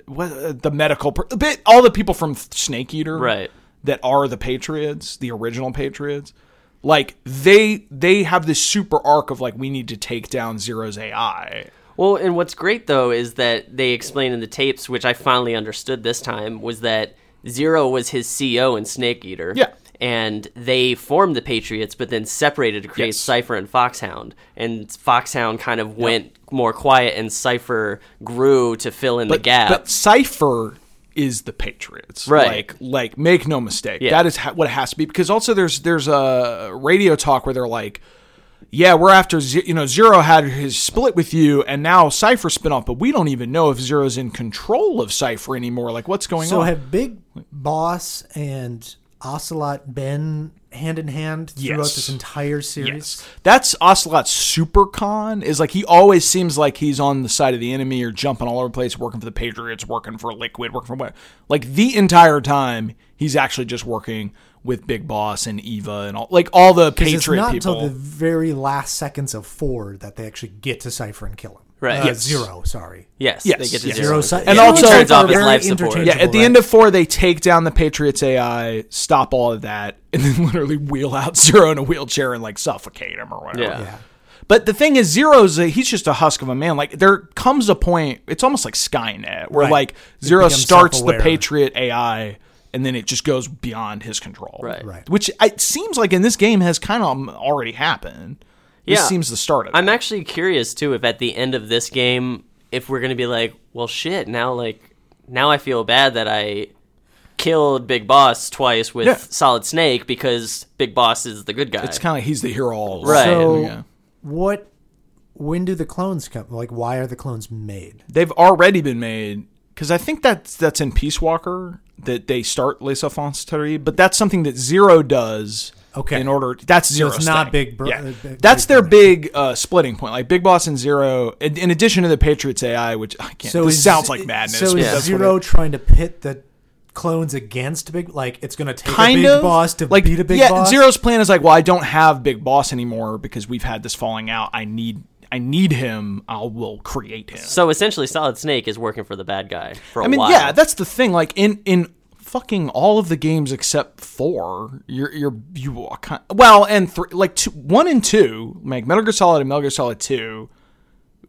Speaker 3: what, uh, the medical, per- bit, all the people from Snake Eater,
Speaker 2: Right.
Speaker 3: that are the Patriots, the original Patriots, like they they have this super arc of like we need to take down Zero's AI.
Speaker 2: Well, and what's great though is that they explain in the tapes, which I finally understood this time, was that Zero was his CEO and Snake Eater.
Speaker 3: Yeah.
Speaker 2: And they formed the Patriots, but then separated to create
Speaker 3: Yes.
Speaker 2: Cipher and Foxhound. And Foxhound kind of went more quiet, and Cipher grew to fill in the gap.
Speaker 3: But Cipher is the Patriots,
Speaker 2: Right.
Speaker 3: Like, like make no mistake,
Speaker 2: Yeah.
Speaker 3: that is ha- what it has to be. Because also there's there's a radio talk where they're like. Yeah, we're after Ze- you know Zero had his split with you, and now Cipher spin off, but we don't even know if Zero's in control of Cipher anymore. Like, what's going
Speaker 1: So
Speaker 3: on?
Speaker 1: have Big Boss and Ocelot been hand in hand throughout
Speaker 3: Yes.
Speaker 1: this entire series?
Speaker 3: That's Ocelot's super con is like he always seems like he's on the side of the enemy or jumping all over the place, working for the Patriots, working for Liquid, working for what like the entire time he's actually just working with Big Boss and Eva and all like all the
Speaker 1: 'Cause
Speaker 3: Patriot
Speaker 1: it's not
Speaker 3: people.
Speaker 1: until the very last seconds of four that they actually get to Cipher and kill him.
Speaker 2: Right.
Speaker 1: Uh,
Speaker 2: Yes.
Speaker 1: Zero, sorry.
Speaker 2: yes,
Speaker 3: Yes,
Speaker 2: they get to
Speaker 3: yes.
Speaker 2: Zero.
Speaker 1: Zero si-
Speaker 3: And
Speaker 1: Zero
Speaker 3: also-
Speaker 1: Cipher
Speaker 3: Turns off
Speaker 1: are
Speaker 2: his
Speaker 1: very
Speaker 2: life support.
Speaker 1: interchangeable,
Speaker 2: Yeah,
Speaker 3: yeah, at the
Speaker 1: right?
Speaker 3: end of four, they take down the Patriots AI, stop all of that, and then literally wheel out Zero in a wheelchair and like suffocate him or whatever.
Speaker 2: Yeah.
Speaker 1: Yeah.
Speaker 3: But the thing is, Zero's a, he's just a husk of a man. Like there comes a point, it's almost like Skynet, where
Speaker 1: Right.
Speaker 3: like Zero
Speaker 1: becomes
Speaker 3: starts the
Speaker 1: self-aware.
Speaker 3: Patriot AI, and then it just goes beyond his control.
Speaker 2: Right.
Speaker 1: Right.
Speaker 3: Which it seems like in this game has kind of already happened. This
Speaker 2: Yeah.
Speaker 3: seems the start of it.
Speaker 2: I'm actually curious too if at the end of this game, if we're gonna be like, well, shit, now like, now I feel bad that I killed Big Boss twice with
Speaker 3: Yeah.
Speaker 2: Solid Snake because Big Boss is the good guy.
Speaker 3: It's kind of he's the hero all
Speaker 2: Right.
Speaker 1: So
Speaker 3: Yeah.
Speaker 1: what when do the clones come? Like why are the clones made?
Speaker 3: They've already been made because I think that's that's in Peace Walker that they start Les Enfants Terribles, but that's something that Zero does.
Speaker 1: Okay.
Speaker 3: In order, that's Zero's
Speaker 1: it's not
Speaker 3: thing.
Speaker 1: Big Bro-
Speaker 3: Yeah.
Speaker 1: uh, Big-
Speaker 3: that's
Speaker 1: Big
Speaker 3: their
Speaker 1: Brother.
Speaker 3: big uh, splitting point. Like Big Boss and Zero, in, in addition to the Patriots AI, which I can't. this
Speaker 1: is-
Speaker 3: sounds like madness.
Speaker 1: So
Speaker 3: but
Speaker 1: is
Speaker 3: that's what
Speaker 1: Zero
Speaker 3: it-
Speaker 1: trying to pit the clones against Big like it's gonna take
Speaker 3: kind
Speaker 1: a big
Speaker 3: of
Speaker 1: boss to
Speaker 3: like
Speaker 1: beat a big
Speaker 3: yeah,
Speaker 1: boss?
Speaker 3: Zero's plan is like, well, I don't have Big Boss anymore because we've had this falling out. I need. I need him. I will create him.
Speaker 2: so essentially, Solid Snake is working for the bad guy for a
Speaker 3: I mean,
Speaker 2: while.
Speaker 3: yeah, that's the thing. Like in in fucking all of the games except four. You're you're you are kind well and three like two, one and two like Metal Gear Solid and Metal Gear Solid Two.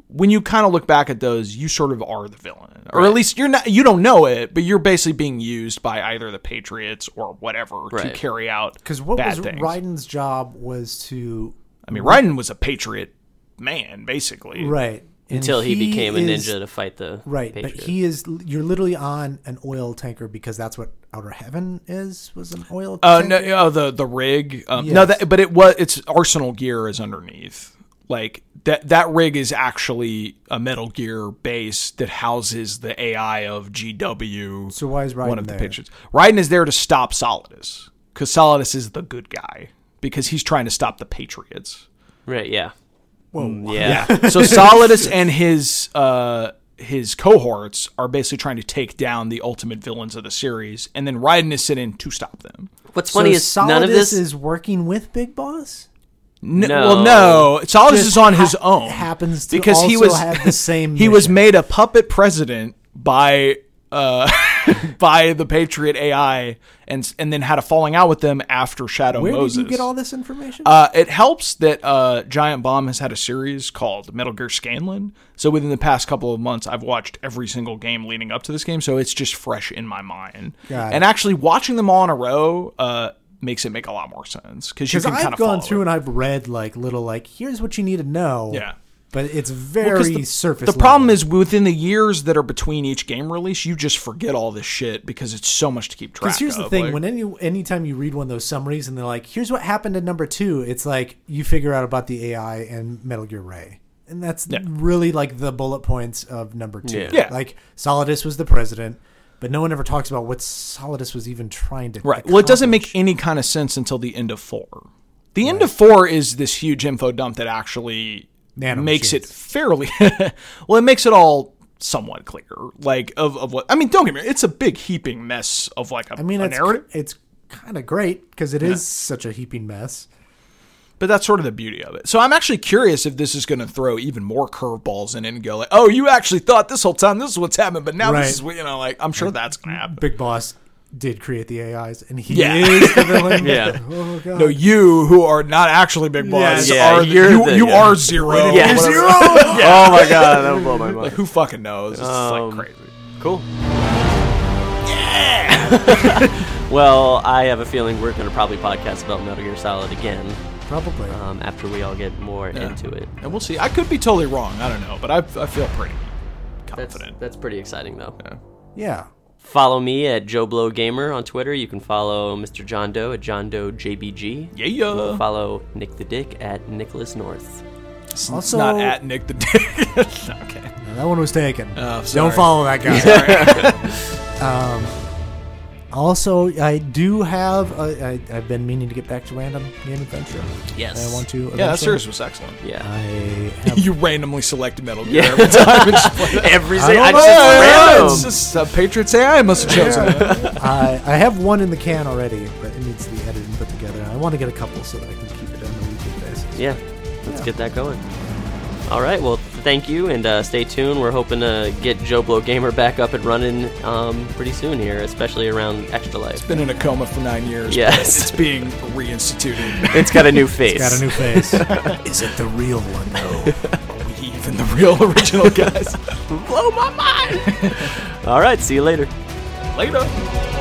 Speaker 3: When you kind of look back at those, you sort of are the villain, or at least you're not. You don't know it, but you're basically being used by either the Patriots or whatever to
Speaker 2: Right.
Speaker 3: carry out.
Speaker 1: Because what
Speaker 3: bad
Speaker 1: was
Speaker 3: things.
Speaker 1: Ryden's job was to
Speaker 3: I mean, Raiden was a Patriot man, basically.
Speaker 1: right and
Speaker 2: until he, became a
Speaker 1: is-
Speaker 2: ninja to fight the
Speaker 1: Right,
Speaker 2: Patriot.
Speaker 1: but he is. You're literally on an oil tanker because that's what Outer Heaven is. Was an oil.
Speaker 3: Uh,
Speaker 1: tanker?
Speaker 3: no, oh, the the rig. Um, No, that, but it was its Arsenal gear is underneath. Like that that rig is actually a Metal Gear base that houses the AI of GW.
Speaker 1: So why is Raiden
Speaker 3: one of the
Speaker 1: there?
Speaker 3: pictures? Raiden is there to stop Solidus because Solidus is the good guy because he's trying to stop the Patriots.
Speaker 2: right, yeah. Mm,
Speaker 1: Whoa.
Speaker 2: Yeah.
Speaker 3: so Solidus and his uh, his cohorts are basically trying to take down the ultimate villains of the series, and then Raiden is sent in to stop them.
Speaker 2: What's
Speaker 1: So
Speaker 2: funny is none of
Speaker 1: Solidus
Speaker 2: this
Speaker 1: is working with Big Boss.
Speaker 3: N-
Speaker 2: No.
Speaker 3: Well, no. Solidus
Speaker 1: Just
Speaker 3: is on his
Speaker 1: ha-
Speaker 3: own.
Speaker 1: happens to also have the same
Speaker 3: He was
Speaker 1: mission.
Speaker 3: made a puppet president by uh, by the Patriot AI, and and then had a falling out with them after Shadow
Speaker 1: Where
Speaker 3: Moses.
Speaker 1: did you get all this information?
Speaker 3: uh, it helps that uh, Giant Bomb has had a series called Metal Gear Scanlan. So within the past couple of months, I've watched every single game leading up to this game. So it's just fresh in my mind.
Speaker 1: Got it.
Speaker 3: and actually watching them all in a row uh, makes it make a lot more sense because you
Speaker 1: Because
Speaker 3: can kind
Speaker 1: I've
Speaker 3: of
Speaker 1: gone through and I've read like little like here's what you need to know.
Speaker 3: Yeah.
Speaker 1: but it's
Speaker 3: 'Cause
Speaker 1: very
Speaker 3: the,
Speaker 1: surface.
Speaker 3: The problem is within the years that are between each game release, you just forget all this shit because it's so much to keep track.
Speaker 1: Because here's the
Speaker 3: of,
Speaker 1: thing:
Speaker 3: like-
Speaker 1: when any anytime you read one of those summaries and they're like, "Here's what happened in number two, it's like you figure out about the AI and Metal Gear Ray, and that's really like the bullet points of number two.
Speaker 2: Yeah.
Speaker 3: Yeah.
Speaker 1: like Solidus was the president, but no one ever talks about what Solidus was even trying to.
Speaker 3: right, well, it doesn't
Speaker 1: accomplish.
Speaker 3: make any kind of sense until the end of four. The end of four is this huge info dump that actually
Speaker 1: Nano
Speaker 3: makes it
Speaker 1: machines.
Speaker 3: fairly. well, it makes it all somewhat clear. Like of, of what I mean. Don't get me. wrong, It's a big heaping mess of like a,
Speaker 1: I mean,
Speaker 3: a
Speaker 1: it's
Speaker 3: narrative.
Speaker 1: it's kind of great because it is such a heaping mess.
Speaker 3: But that's sort of the beauty of it. So I'm actually curious if this is going to throw even more curveballs in and go like, "Oh, you actually thought this whole time this is what's happening, but now
Speaker 1: Right.
Speaker 3: this is what you know." Like, I'm sure that's going to happen.
Speaker 1: Big Boss did create the AIs, and he
Speaker 3: Yeah.
Speaker 1: is the villain.
Speaker 2: Yeah.
Speaker 1: Oh god.
Speaker 3: No, you who are not actually big boss
Speaker 2: Yeah,
Speaker 3: are
Speaker 2: you're
Speaker 3: you,
Speaker 2: the-
Speaker 3: you
Speaker 2: yeah.
Speaker 3: are zero.
Speaker 2: Yeah.
Speaker 3: Whatever.
Speaker 2: Zero?
Speaker 3: Yeah.
Speaker 2: Oh my god, that would blow my
Speaker 3: Like,
Speaker 2: mind.
Speaker 3: who fucking knows? It's
Speaker 2: Um,
Speaker 3: like crazy.
Speaker 2: Cool. well, I have a feeling we're going to probably podcast about Metal Gear Solid again
Speaker 1: probably.
Speaker 3: Uh-huh.
Speaker 2: um, after we all get more into it.
Speaker 3: And we'll see. I could be totally wrong. I don't know, but I, I feel pretty
Speaker 2: That's,
Speaker 3: confident.
Speaker 2: that's pretty exciting, though.
Speaker 1: yeah.
Speaker 2: Follow me at Joe Blow Gamer on Twitter. You can follow Mr. John Doe at John Doe JBG.
Speaker 3: Yeah, yeah.
Speaker 2: Follow Nick the Dick at Nicholas North.
Speaker 3: It's
Speaker 1: Also-
Speaker 3: not at Nick the Dick. okay.
Speaker 1: That one was taken.
Speaker 3: Oh, sorry.
Speaker 1: Don't follow that guy. um, also, I do have. A, I, I've been meaning to get back to random game adventure.
Speaker 2: Yes.
Speaker 1: I want to.
Speaker 3: Yeah, that
Speaker 1: eventually.
Speaker 3: series was excellent.
Speaker 2: Yeah.
Speaker 1: I have,
Speaker 3: You randomly select Metal Gear every time. and just play it.
Speaker 2: Every
Speaker 1: I don't
Speaker 2: single. I
Speaker 1: know,
Speaker 2: just random.
Speaker 3: It's just uh, Patriots AI must have chosen. it.
Speaker 1: I, I have one in the can already, but it needs to be edited and put together. I want to get a couple so that I can keep it on a weekly basis.
Speaker 2: Yeah, let's get that going. All right, well, thank you, and uh, stay tuned. We're hoping to get Joe Blow Gamer back up and running um, pretty soon here, especially around Extra Life.
Speaker 3: Been in a coma for nine years.
Speaker 2: Yes.
Speaker 3: but It's being reinstituted.
Speaker 2: It's got a new face.
Speaker 1: Got a new face. Is it the real one though?
Speaker 3: Are we even the real original guys?
Speaker 2: Blow my mind! All right, see you later.
Speaker 3: Later.